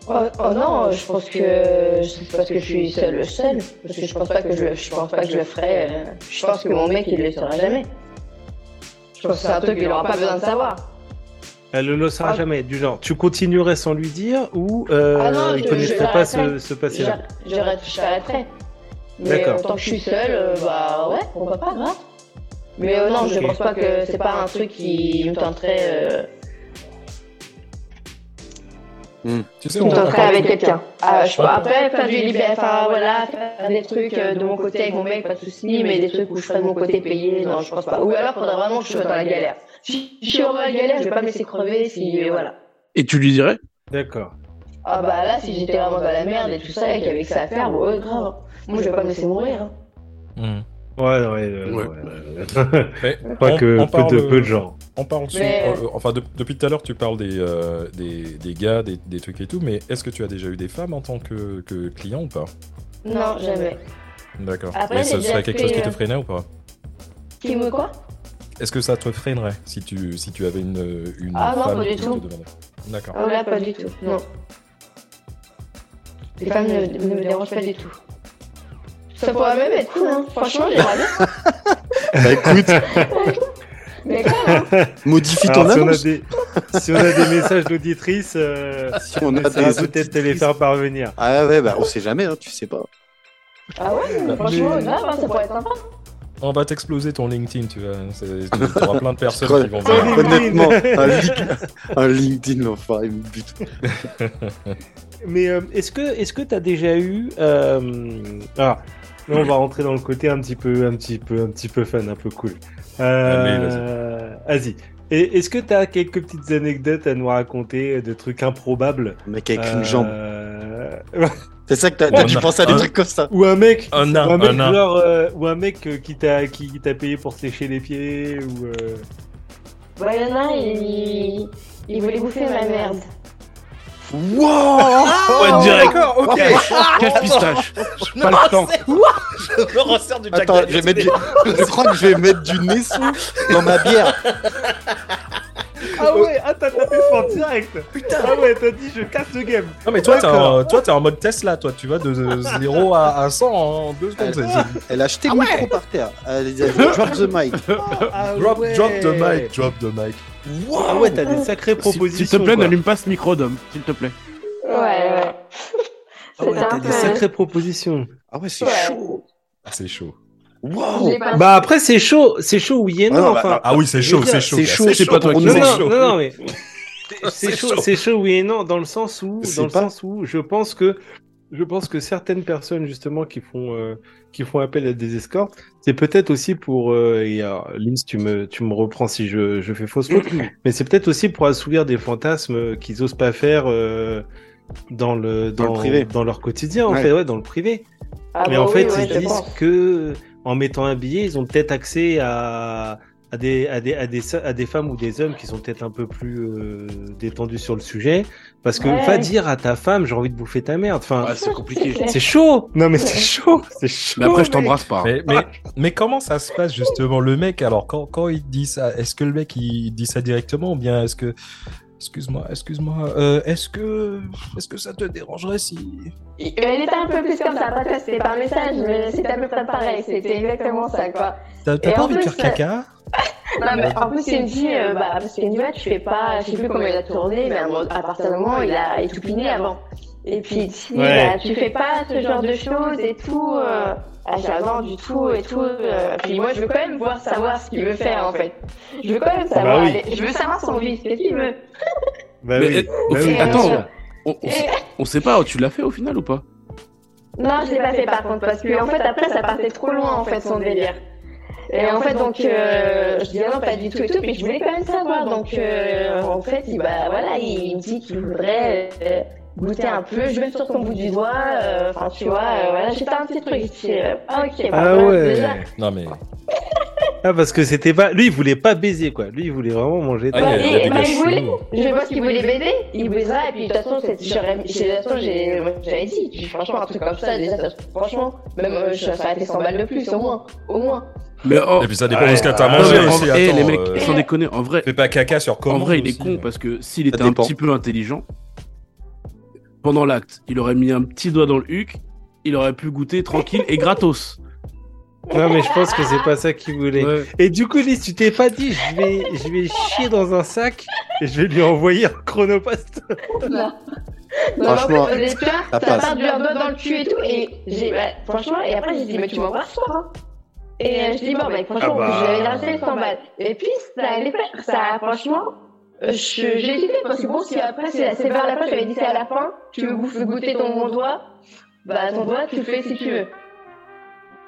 [SPEAKER 7] Oh, oh non, je pense que c'est parce que je suis seule, seule. Parce que je pense pas que je, je pense pas que je le ferai. euh, Je pense que mon mec, il le saura jamais. Je pense que c'est un truc qu'il aura pas besoin de savoir.
[SPEAKER 6] Elle ne le saura
[SPEAKER 7] Ah.
[SPEAKER 6] jamais, du genre. Tu continuerais sans lui dire ou euh,
[SPEAKER 7] Ah non,
[SPEAKER 6] il
[SPEAKER 7] je-
[SPEAKER 6] connaîtrait
[SPEAKER 7] je
[SPEAKER 6] pas ce,
[SPEAKER 7] l'arrêterai.
[SPEAKER 6] ce
[SPEAKER 7] Je
[SPEAKER 6] passé-là
[SPEAKER 7] j'arrête- je t'arrêterai. Mais
[SPEAKER 6] D'accord.
[SPEAKER 7] euh, tant que je suis seule, euh, bah ouais, on va pas, grave. Mais euh, non, je
[SPEAKER 6] Ok.
[SPEAKER 7] pense pas que c'est pas un truc qui me tenterait, euh,
[SPEAKER 3] Tu sais,
[SPEAKER 7] me
[SPEAKER 3] on, on
[SPEAKER 7] tenterait
[SPEAKER 3] parle,
[SPEAKER 7] avec quelqu'un. Ah, je peux après faire du libéral, enfin voilà, faire des trucs euh, de mon côté avec mon mec, pas de soucis, mais des trucs où je ferais de mon côté payé, non, je pense pas. Ou alors, faudrait vraiment que je sois dans la galère. Si je suis dans la galère, je vais pas me laisser crever si, euh, voilà.
[SPEAKER 4] Et tu lui dirais
[SPEAKER 6] D'accord.
[SPEAKER 7] Ah bah là, si j'étais vraiment dans la merde et tout ça, et qu'il y avait que ça à faire, bon, ouais, grave. Moi, je vais pas me laisser mourir. hein.
[SPEAKER 3] Hmm.
[SPEAKER 6] Ouais, ouais, euh,
[SPEAKER 4] Ouais.
[SPEAKER 6] ouais.
[SPEAKER 3] Mais
[SPEAKER 6] pas
[SPEAKER 3] on-
[SPEAKER 6] que
[SPEAKER 3] on
[SPEAKER 6] peu, de,
[SPEAKER 3] parle-
[SPEAKER 6] peu de gens.
[SPEAKER 3] On parle dessus-
[SPEAKER 7] Mais-
[SPEAKER 3] euh, euh, enfin, de- depuis tout à l'heure, tu parles des, euh, des, des gars, des, des trucs et tout, mais est-ce que tu as déjà eu des femmes en tant que, que client ou pas
[SPEAKER 7] Non, jamais.
[SPEAKER 3] D'accord.
[SPEAKER 7] Après,
[SPEAKER 3] Mais
[SPEAKER 7] j'ai
[SPEAKER 3] ce
[SPEAKER 7] déjà
[SPEAKER 3] serait quelque chose
[SPEAKER 7] fait,
[SPEAKER 3] qui te
[SPEAKER 7] euh,
[SPEAKER 3] freinerait ou pas
[SPEAKER 7] Qui me quoi
[SPEAKER 3] Est-ce que ça te freinerait si tu, si tu avais une, une
[SPEAKER 7] Ah non,
[SPEAKER 3] femme
[SPEAKER 7] pas du
[SPEAKER 3] qui te
[SPEAKER 7] tout.
[SPEAKER 3] demandait D'accord.
[SPEAKER 7] Oh là, pas du tout, non. Les femmes ne, ne me dérangent pas du tout. Ça pourrait même être cool, hein. Franchement, j'aimerais bien.
[SPEAKER 5] Bah écoute,
[SPEAKER 7] Mais grave, hein.
[SPEAKER 5] modifie ton
[SPEAKER 6] Alors, si, on a
[SPEAKER 5] annonce.
[SPEAKER 6] des, si on a des messages d'auditrices, euh,
[SPEAKER 5] Si on
[SPEAKER 6] on
[SPEAKER 5] a
[SPEAKER 6] essaiera
[SPEAKER 5] Ah, des
[SPEAKER 6] peut-être de les
[SPEAKER 5] auditrices.
[SPEAKER 6] faire parvenir.
[SPEAKER 5] Ah ouais, bah on sait jamais, hein, tu sais pas.
[SPEAKER 7] Ah ouais, mais franchement,
[SPEAKER 6] Mais-
[SPEAKER 7] grave, hein, ça pourrait être sympa.
[SPEAKER 3] On va t'exploser ton LinkedIn, tu vois. Tu auras plein de personnes
[SPEAKER 5] Scroll.
[SPEAKER 3] qui vont
[SPEAKER 6] Ah,
[SPEAKER 3] venir.
[SPEAKER 5] Honnêtement, un, link- un LinkedIn, l'enfoiré me bute.
[SPEAKER 6] Mais euh, est-ce que est-ce que t'as déjà eu euh, ah là on va rentrer dans le côté un petit peu un petit peu un petit peu fun un peu cool. Euh, vas-y. Et Est-ce que t'as quelques petites anecdotes à nous raconter euh, de trucs improbables
[SPEAKER 5] Un mec avec
[SPEAKER 6] Euh,
[SPEAKER 5] une jambe. C'est ça que t'as
[SPEAKER 3] Ouais.
[SPEAKER 5] Tu penses à des
[SPEAKER 3] Un-
[SPEAKER 5] trucs comme ça
[SPEAKER 6] Ou un mec,
[SPEAKER 3] Un
[SPEAKER 6] ou un
[SPEAKER 3] nain,
[SPEAKER 6] mec
[SPEAKER 3] un nain.
[SPEAKER 6] genre, euh, ou un mec euh, qui t'a qui, qui t'a payé pour sécher les pieds ou euh,
[SPEAKER 7] Bah, il y en a, il, il voulait bouffer ma merde.
[SPEAKER 5] Wow
[SPEAKER 4] Ouais, direct.
[SPEAKER 8] D'accord, ok.
[SPEAKER 4] Cache Ah, pistache. Pas le temps.
[SPEAKER 8] Je me resserre du Jack
[SPEAKER 5] Attends, je, vais
[SPEAKER 8] Daniels.
[SPEAKER 5] mettre du- je crois que je vais mettre du Nessou dans ma bière.
[SPEAKER 6] Ah ouais, ah t'as tapé fort direct Ah ouais, t'as dit je casse le game
[SPEAKER 3] Non, mais toi, t'es
[SPEAKER 6] D'accord.
[SPEAKER 3] en, toi, t'es en mode Tesla, toi. Tu vas de 0 à, à 100 en 2 secondes.
[SPEAKER 7] Ah,
[SPEAKER 3] c'est- c'est-
[SPEAKER 5] Elle a acheté le micro par terre. Elle a dit, drop the mic.
[SPEAKER 6] Ah
[SPEAKER 3] Drop,
[SPEAKER 6] ouais.
[SPEAKER 3] drop the mic, drop the mic.
[SPEAKER 6] Ah ouais, t'as des sacrées propositions
[SPEAKER 4] S'il te plaît,
[SPEAKER 6] quoi.
[SPEAKER 4] n'allume pas ce micro, Dom. S'il te plaît.
[SPEAKER 7] Ouais, ouais.
[SPEAKER 6] Ah ouais,
[SPEAKER 7] C'était
[SPEAKER 6] t'as
[SPEAKER 7] un
[SPEAKER 6] des
[SPEAKER 7] peu-
[SPEAKER 6] sacrées propositions
[SPEAKER 5] Ah ouais, c'est
[SPEAKER 7] Ouais.
[SPEAKER 5] chaud.
[SPEAKER 3] Ah, c'est chaud.
[SPEAKER 7] Je l'ai pas-
[SPEAKER 6] Bah après c'est chaud, c'est chaud oui et non,
[SPEAKER 5] Ah non, bah,
[SPEAKER 6] enfin...
[SPEAKER 3] Ah oui, c'est
[SPEAKER 6] Je veux
[SPEAKER 3] chaud,
[SPEAKER 6] dire,
[SPEAKER 3] c'est chaud.
[SPEAKER 5] c'est
[SPEAKER 3] gars,
[SPEAKER 5] chaud, c'est
[SPEAKER 4] pas toi qui
[SPEAKER 3] on
[SPEAKER 6] Non,
[SPEAKER 3] est
[SPEAKER 6] non,
[SPEAKER 3] bah, chaud.
[SPEAKER 6] non, non, mais c'est chaud, c'est chaud, oui et non, dans le sens où,
[SPEAKER 5] C'est
[SPEAKER 6] dans le
[SPEAKER 5] pas-
[SPEAKER 6] sens où, je pense que, je pense que certaines personnes justement qui font, euh, qui font appel à des escortes, c'est peut-être aussi pour, euh, et alors, Linz, tu me, tu me reprends si je, je fais fausse route, mais c'est peut-être aussi pour assouvir des fantasmes qu'ils osent pas faire. euh, dans le dans,
[SPEAKER 5] Dans le privé.
[SPEAKER 6] dans leur quotidien en
[SPEAKER 5] Ouais.
[SPEAKER 6] fait ouais dans le privé
[SPEAKER 7] Ah
[SPEAKER 6] mais
[SPEAKER 7] bah
[SPEAKER 6] en
[SPEAKER 7] oui,
[SPEAKER 6] fait
[SPEAKER 7] ouais, je
[SPEAKER 6] ils disent
[SPEAKER 7] pense.
[SPEAKER 6] que en mettant un billet ils ont peut-être accès à à des, à, des, à, des, à des femmes ou des hommes qui sont peut-être un peu plus euh, détendus sur le sujet. Parce que
[SPEAKER 7] Ouais.
[SPEAKER 6] va dire à ta femme, j'ai envie de bouffer ta merde. Enfin,
[SPEAKER 4] Ah, c'est compliqué.
[SPEAKER 6] c'est chaud. Non, mais c'est chaud. C'est chaud.
[SPEAKER 4] Mais après, je
[SPEAKER 6] mec.
[SPEAKER 4] t'embrasse pas. hein.
[SPEAKER 3] Mais, mais, mais comment ça se passe justement le mec alors quand, quand il dit ça est-ce que le mec il dit ça directement ou bien est-ce que excuse-moi excuse-moi euh, est-ce que est-ce que ça te dérangerait si
[SPEAKER 7] Il- Elle était un peu plus comme ça. Après, toi, c'était par message, mais c'était à peu près pareil. C'était exactement ça, quoi.
[SPEAKER 3] t'as t'as
[SPEAKER 7] Et
[SPEAKER 3] pas
[SPEAKER 7] en
[SPEAKER 3] envie de
[SPEAKER 7] plus,
[SPEAKER 3] faire caca
[SPEAKER 7] Non, mais en plus, il me dit, euh, bah, parce qu'il me dit, ouais, tu fais pas, je sais plus comment il a tourné, mais à, mo- à partir du moment, il a étoupiné avant. Et puis, il dit,
[SPEAKER 6] Ouais.
[SPEAKER 7] bah, tu fais pas ce genre de choses et tout. Euh, ah, j'ai un ordre du tout et tout. euh. puis moi, je veux quand même voir savoir ce qu'il veut faire, en fait. Je veux quand même savoir.
[SPEAKER 6] oui.
[SPEAKER 7] les- Je veux savoir son vice, qu'est-ce qu'il veut.
[SPEAKER 6] Bah
[SPEAKER 4] Mais,
[SPEAKER 6] oui.
[SPEAKER 4] eh, au
[SPEAKER 6] Bah
[SPEAKER 4] fait-
[SPEAKER 6] oui.
[SPEAKER 4] attends, on, on,
[SPEAKER 7] Et-
[SPEAKER 4] on sait pas, tu l'as fait au final ou pas
[SPEAKER 7] Non, je l'ai pas fait par contre, parce que en fait, après, ça partait trop loin, en fait, son délire. Et en fait, donc, euh, je dis non, pas du tout et tout, mais je voulais quand même savoir. Donc, euh, en fait, il, bah, voilà, il me dit qu'il voudrait euh, goûter un peu, je vais sur ton bout du doigt, euh, enfin, tu vois, euh, voilà, j'ai fait un petit truc. Je dis, euh, ah, ok, bah,
[SPEAKER 6] Ah
[SPEAKER 7] voilà,
[SPEAKER 6] ouais.
[SPEAKER 7] déjà.
[SPEAKER 3] non mais
[SPEAKER 7] Bah,
[SPEAKER 6] Ah, parce que c'était pas. Lui, il voulait pas baiser, quoi. Lui, il voulait vraiment manger.
[SPEAKER 3] Ah,
[SPEAKER 6] de-
[SPEAKER 7] Bah,
[SPEAKER 3] il y a- il y a
[SPEAKER 7] et-
[SPEAKER 3] des
[SPEAKER 7] bah,
[SPEAKER 3] gars
[SPEAKER 7] il voulait.
[SPEAKER 3] chelous.
[SPEAKER 7] Je vois qu'il voulait baiser, il baisera, et puis de toute façon, c'est- j'aurais- de toute façon, j'ai- moi, j'avais dit, j'ai- franchement, un truc comme ça, déjà, ça- franchement, même, euh, ça aurait été 100 balles de plus, au moins, au moins.
[SPEAKER 4] Mais oh,
[SPEAKER 3] et puis ça dépend
[SPEAKER 6] Ouais,
[SPEAKER 3] de ce que t'as
[SPEAKER 6] ah,
[SPEAKER 4] non,
[SPEAKER 3] mangé
[SPEAKER 4] mais en-
[SPEAKER 3] aussi
[SPEAKER 4] eh,
[SPEAKER 3] attends
[SPEAKER 4] les mecs,
[SPEAKER 3] euh,
[SPEAKER 4] sans déconner, en vrai,
[SPEAKER 3] fais pas caca sur
[SPEAKER 4] en
[SPEAKER 3] comment
[SPEAKER 4] vrai, il est con parce que s'il était un
[SPEAKER 5] dépend.
[SPEAKER 4] petit peu intelligent, pendant l'acte, il aurait mis un petit doigt dans le huc, il aurait pu goûter tranquille et gratos.
[SPEAKER 6] Non, mais je pense que c'est pas ça qu'il voulait.
[SPEAKER 4] Ouais.
[SPEAKER 6] Et du coup, Lise, tu t'es pas dit, je vais, je vais chier dans un sac et je vais lui envoyer un chronopost.
[SPEAKER 7] Non. Non,
[SPEAKER 5] Franchement,
[SPEAKER 7] en fait, au départ,
[SPEAKER 5] ça
[SPEAKER 7] ça
[SPEAKER 5] passe.
[SPEAKER 7] part de leur doigt dans le cul et tout. Et j'ai, bah, franchement, et après, j'ai dit, mais tu m'embrasses pas. hein. Et euh, je dis, bon, mec, franchement,
[SPEAKER 6] Ah bah.
[SPEAKER 7] je l'avais lancé 100 balles. Et puis, ça allait pas. Ça, franchement, euh, je- j'ai hésité parce que bon, si après, c'est c'est vers la fin, j'avais dit, c'est à la fin, tu veux bouffer, goûter ton mon doigt, bah, ton doigt, tu le fais si tu veux.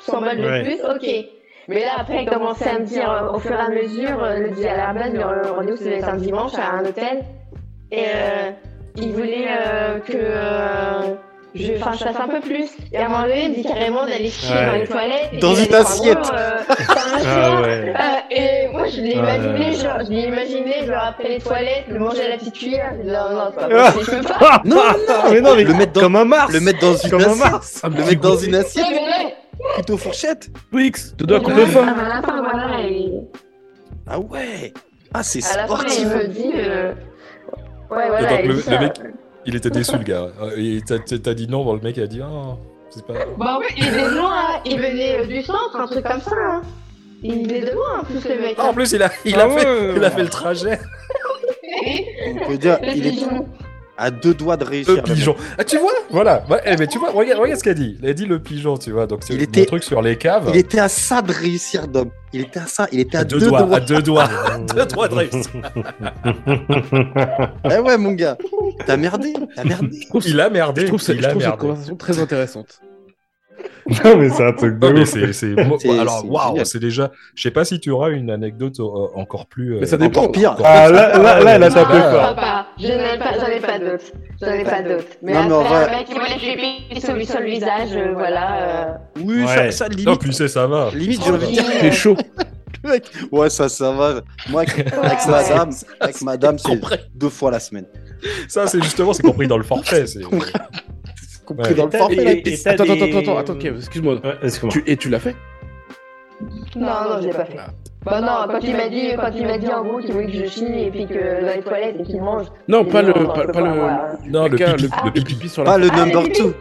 [SPEAKER 7] 100 balles de
[SPEAKER 6] Ouais.
[SPEAKER 7] plus, ok. Mais là, après, il commençait à me dire euh, au fur et à mesure, euh, le di- à euh, la base, le rendez-vous, c'était un dimanche à un hôtel. Et euh, il voulait euh, que euh, je, enfin, je fasse un peu plus. Et à un moment donné, il me dit carrément d'aller chier
[SPEAKER 6] Ouais.
[SPEAKER 7] dans les toilettes. et
[SPEAKER 5] Dans
[SPEAKER 7] d'aller
[SPEAKER 5] une
[SPEAKER 7] prendre,
[SPEAKER 5] assiette.
[SPEAKER 7] euh, par un soir.
[SPEAKER 6] ouais.
[SPEAKER 7] Euh, et moi, je l'ai
[SPEAKER 6] Ouais.
[SPEAKER 7] imaginé, genre, je l'ai imaginé, genre, après les toilettes, le manger à la petite cuillère. Non, non, c'est pas possible, je peux pas.
[SPEAKER 5] Non, non,
[SPEAKER 6] mais non, mais
[SPEAKER 5] le mettre dans,
[SPEAKER 6] comme un mars.
[SPEAKER 5] le mettre dans une
[SPEAKER 6] comme un
[SPEAKER 5] assiette.
[SPEAKER 6] mars.
[SPEAKER 5] Le mettre dans une
[SPEAKER 7] Non,
[SPEAKER 5] assiette,
[SPEAKER 7] mais non,
[SPEAKER 5] plutôt fourchette.
[SPEAKER 4] Twix, te dois
[SPEAKER 7] Ah,
[SPEAKER 4] coupe le feu.
[SPEAKER 7] mais à la fin, voilà, et-
[SPEAKER 5] Ah ouais. Ah, c'est
[SPEAKER 7] à la fin, il
[SPEAKER 5] sportif.
[SPEAKER 7] me dit. euh, Ouais, voilà.
[SPEAKER 3] donc,
[SPEAKER 7] il
[SPEAKER 3] le-
[SPEAKER 7] dit
[SPEAKER 3] le
[SPEAKER 7] ça.
[SPEAKER 3] mec- il était déçu le gars Euh, et t'as- t'as t'as dit non bon, le mec il a dit ah c'est pas
[SPEAKER 7] Bah, en fait, il était de loin, hein. il venait euh, du centre, un truc comme ça. hein. Il venait de loin, en plus, le mec.
[SPEAKER 3] Ah, en plus il a il
[SPEAKER 6] Ah
[SPEAKER 3] a fait
[SPEAKER 6] ouais.
[SPEAKER 3] il a fait le trajet
[SPEAKER 5] On peut dire, il est à deux doigts de réussir.
[SPEAKER 3] le
[SPEAKER 5] le mec.
[SPEAKER 3] pigeon. Ah, tu vois Voilà. Ouais, eh, mais tu vois, regarde, regarde ce qu'elle dit. Elle a dit le pigeon, tu vois. Donc, c'est
[SPEAKER 5] Il
[SPEAKER 3] le
[SPEAKER 5] était-
[SPEAKER 3] truc sur les caves.
[SPEAKER 5] Il était à ça de réussir, Dom. Il était à ça. Il était à,
[SPEAKER 3] à deux, doigts, À deux doigts. deux doigts de réussir.
[SPEAKER 5] Eh ouais, mon gars. T'as merdé. T'as merdé.
[SPEAKER 3] Il a merdé.
[SPEAKER 4] Je trouve, ça- je
[SPEAKER 3] il a
[SPEAKER 4] trouve cette
[SPEAKER 3] merdé.
[SPEAKER 4] conversation très intéressante.
[SPEAKER 6] Non, mais c'est un truc de
[SPEAKER 3] Non, mais
[SPEAKER 6] ouf.
[SPEAKER 3] c'est, c'est- moi-
[SPEAKER 5] C'est-
[SPEAKER 3] Alors,
[SPEAKER 5] c'est
[SPEAKER 3] waouh,
[SPEAKER 5] génial.
[SPEAKER 3] c'est déjà. Je sais pas si tu auras une anecdote euh, encore plus. euh,
[SPEAKER 4] Mais ça dépend.
[SPEAKER 5] Encore pire.
[SPEAKER 6] Ah, là, là, là, elle a
[SPEAKER 7] Non,
[SPEAKER 6] tapé
[SPEAKER 5] bah.
[SPEAKER 3] Ah.
[SPEAKER 6] fort.
[SPEAKER 7] papa, je n'en ai pas, j'en ai pas d'autres. J'en ai pas d'autres. Mais
[SPEAKER 5] Non, mais en vrai-
[SPEAKER 7] après, le mec, il voulait que je lui pisse sur, le- sur le visage, euh, voilà. euh.
[SPEAKER 5] Oui,
[SPEAKER 6] Ouais.
[SPEAKER 5] ça, ça limite.
[SPEAKER 3] Non, puis c'est ça va.
[SPEAKER 5] Limite, j'ai envie de dire.
[SPEAKER 4] C'est chaud.
[SPEAKER 5] Ouais, ça, ça va. Moi, avec, avec
[SPEAKER 7] Ouais.
[SPEAKER 5] madame, avec madame c'est deux fois la semaine.
[SPEAKER 3] Ça, c'est justement, c'est compris dans le forfait. c'est-
[SPEAKER 5] compris
[SPEAKER 3] Ouais.
[SPEAKER 5] dans le
[SPEAKER 6] Et-
[SPEAKER 5] forfait.
[SPEAKER 6] et-
[SPEAKER 5] là.
[SPEAKER 6] et t'as
[SPEAKER 4] Attends,
[SPEAKER 6] des-
[SPEAKER 4] attends, attends, attends, attends, ok, excuse-moi.
[SPEAKER 6] Ouais, excuse-moi.
[SPEAKER 4] Tu- et tu l'as fait
[SPEAKER 7] Non, non, je l'ai pas fait. Bah non, quand il m'a dit, quand il m'a dit en gros qu'il voulait que je chie et puis que la toilette et qu'il mange.
[SPEAKER 4] Non,
[SPEAKER 7] j'ai
[SPEAKER 4] pas
[SPEAKER 7] dit,
[SPEAKER 4] le,
[SPEAKER 7] non, non,
[SPEAKER 4] pas,
[SPEAKER 7] je peux
[SPEAKER 4] pas le,
[SPEAKER 7] moi.
[SPEAKER 3] Non, le
[SPEAKER 4] caca,
[SPEAKER 3] pipi.
[SPEAKER 7] Ah,
[SPEAKER 4] le
[SPEAKER 3] Le
[SPEAKER 4] pipi,
[SPEAKER 3] pipi.
[SPEAKER 4] sur la.
[SPEAKER 5] Pas le
[SPEAKER 7] Ah,
[SPEAKER 5] number
[SPEAKER 7] les
[SPEAKER 5] 2.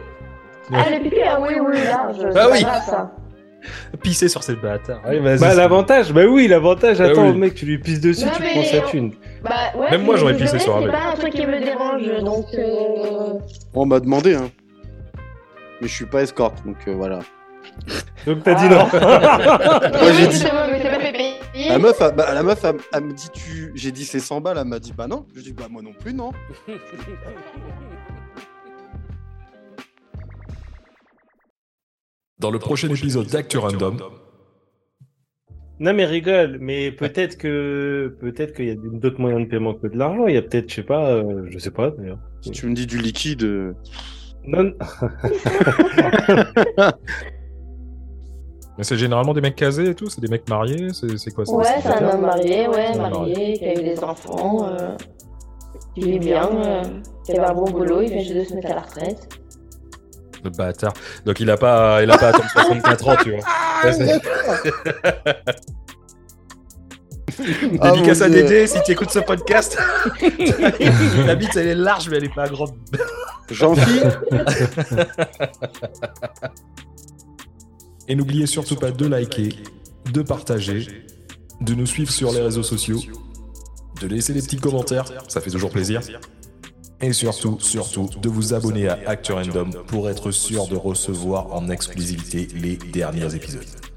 [SPEAKER 7] Ah, le pipi, ah oui, oui, large. c'est
[SPEAKER 3] Bah
[SPEAKER 7] pas
[SPEAKER 3] oui.
[SPEAKER 7] grave, ça.
[SPEAKER 3] Pisser sur ces bâtards. Ouais, vas-y.
[SPEAKER 6] Bah l'avantage, bah oui, l'avantage,
[SPEAKER 3] Bah
[SPEAKER 6] attends,
[SPEAKER 3] oui.
[SPEAKER 6] le mec, tu lui pisses dessus,
[SPEAKER 7] Non,
[SPEAKER 6] tu
[SPEAKER 7] mais
[SPEAKER 6] prends sa
[SPEAKER 7] on-
[SPEAKER 6] thune.
[SPEAKER 7] Bah, ouais,
[SPEAKER 3] Même moi,
[SPEAKER 7] mais
[SPEAKER 3] j'aurais
[SPEAKER 7] le
[SPEAKER 3] pissé
[SPEAKER 7] reste,
[SPEAKER 3] sur un
[SPEAKER 7] C'est
[SPEAKER 3] mec.
[SPEAKER 7] pas un truc qui me dérange, donc. euh,
[SPEAKER 5] On m'a demandé, hein. Mais je suis pas escorte, donc euh, voilà.
[SPEAKER 6] Donc t'as dit non.
[SPEAKER 5] Moi, j'ai
[SPEAKER 7] Ah oui,
[SPEAKER 5] dit-
[SPEAKER 7] justement, mais c'est pas fait payer.
[SPEAKER 5] La meuf, elle- bah, la meuf, elle, elle me dit tu, j'ai dit c'est 100 balles, elle m'a dit bah non. Je dis bah moi non plus non.
[SPEAKER 3] Dans le prochain épisode d'Actu Random.
[SPEAKER 6] Non mais rigole, mais peut-être que peut-être qu'il y a d'autres moyens de paiement que de l'argent. Il y a peut-être, je sais pas, euh, je sais pas d'ailleurs.
[SPEAKER 5] Si tu me dis du liquide, euh,
[SPEAKER 6] Non,
[SPEAKER 3] Mais c'est généralement des mecs casés et tout, c'est des mecs mariés, c'est c'est quoi ça
[SPEAKER 7] Ouais, c'est un homme marié, ouais,
[SPEAKER 3] C'est un
[SPEAKER 7] marié, qui a eu des enfants, euh, qui vit bien, euh, qui avait un bon boulot, il vient juste de se mettre à la retraite.
[SPEAKER 3] Le bâtard. Donc il a pas, il a pas attendu 64 ans, tu vois. Ouais, c'est-
[SPEAKER 5] Ah, mon
[SPEAKER 8] Dédicace à
[SPEAKER 5] Dieu.
[SPEAKER 8] Dédé, si tu écoutes ce podcast. La bite, elle est large, mais elle est pas grande.
[SPEAKER 5] j'en fie.
[SPEAKER 3] Et n'oubliez surtout pas de liker, de partager, de nous suivre sur les réseaux sociaux, de laisser des petits commentaires, ça fait toujours plaisir. Et surtout, surtout, de vous abonner à Actu Random pour être sûr de recevoir en exclusivité les derniers épisodes.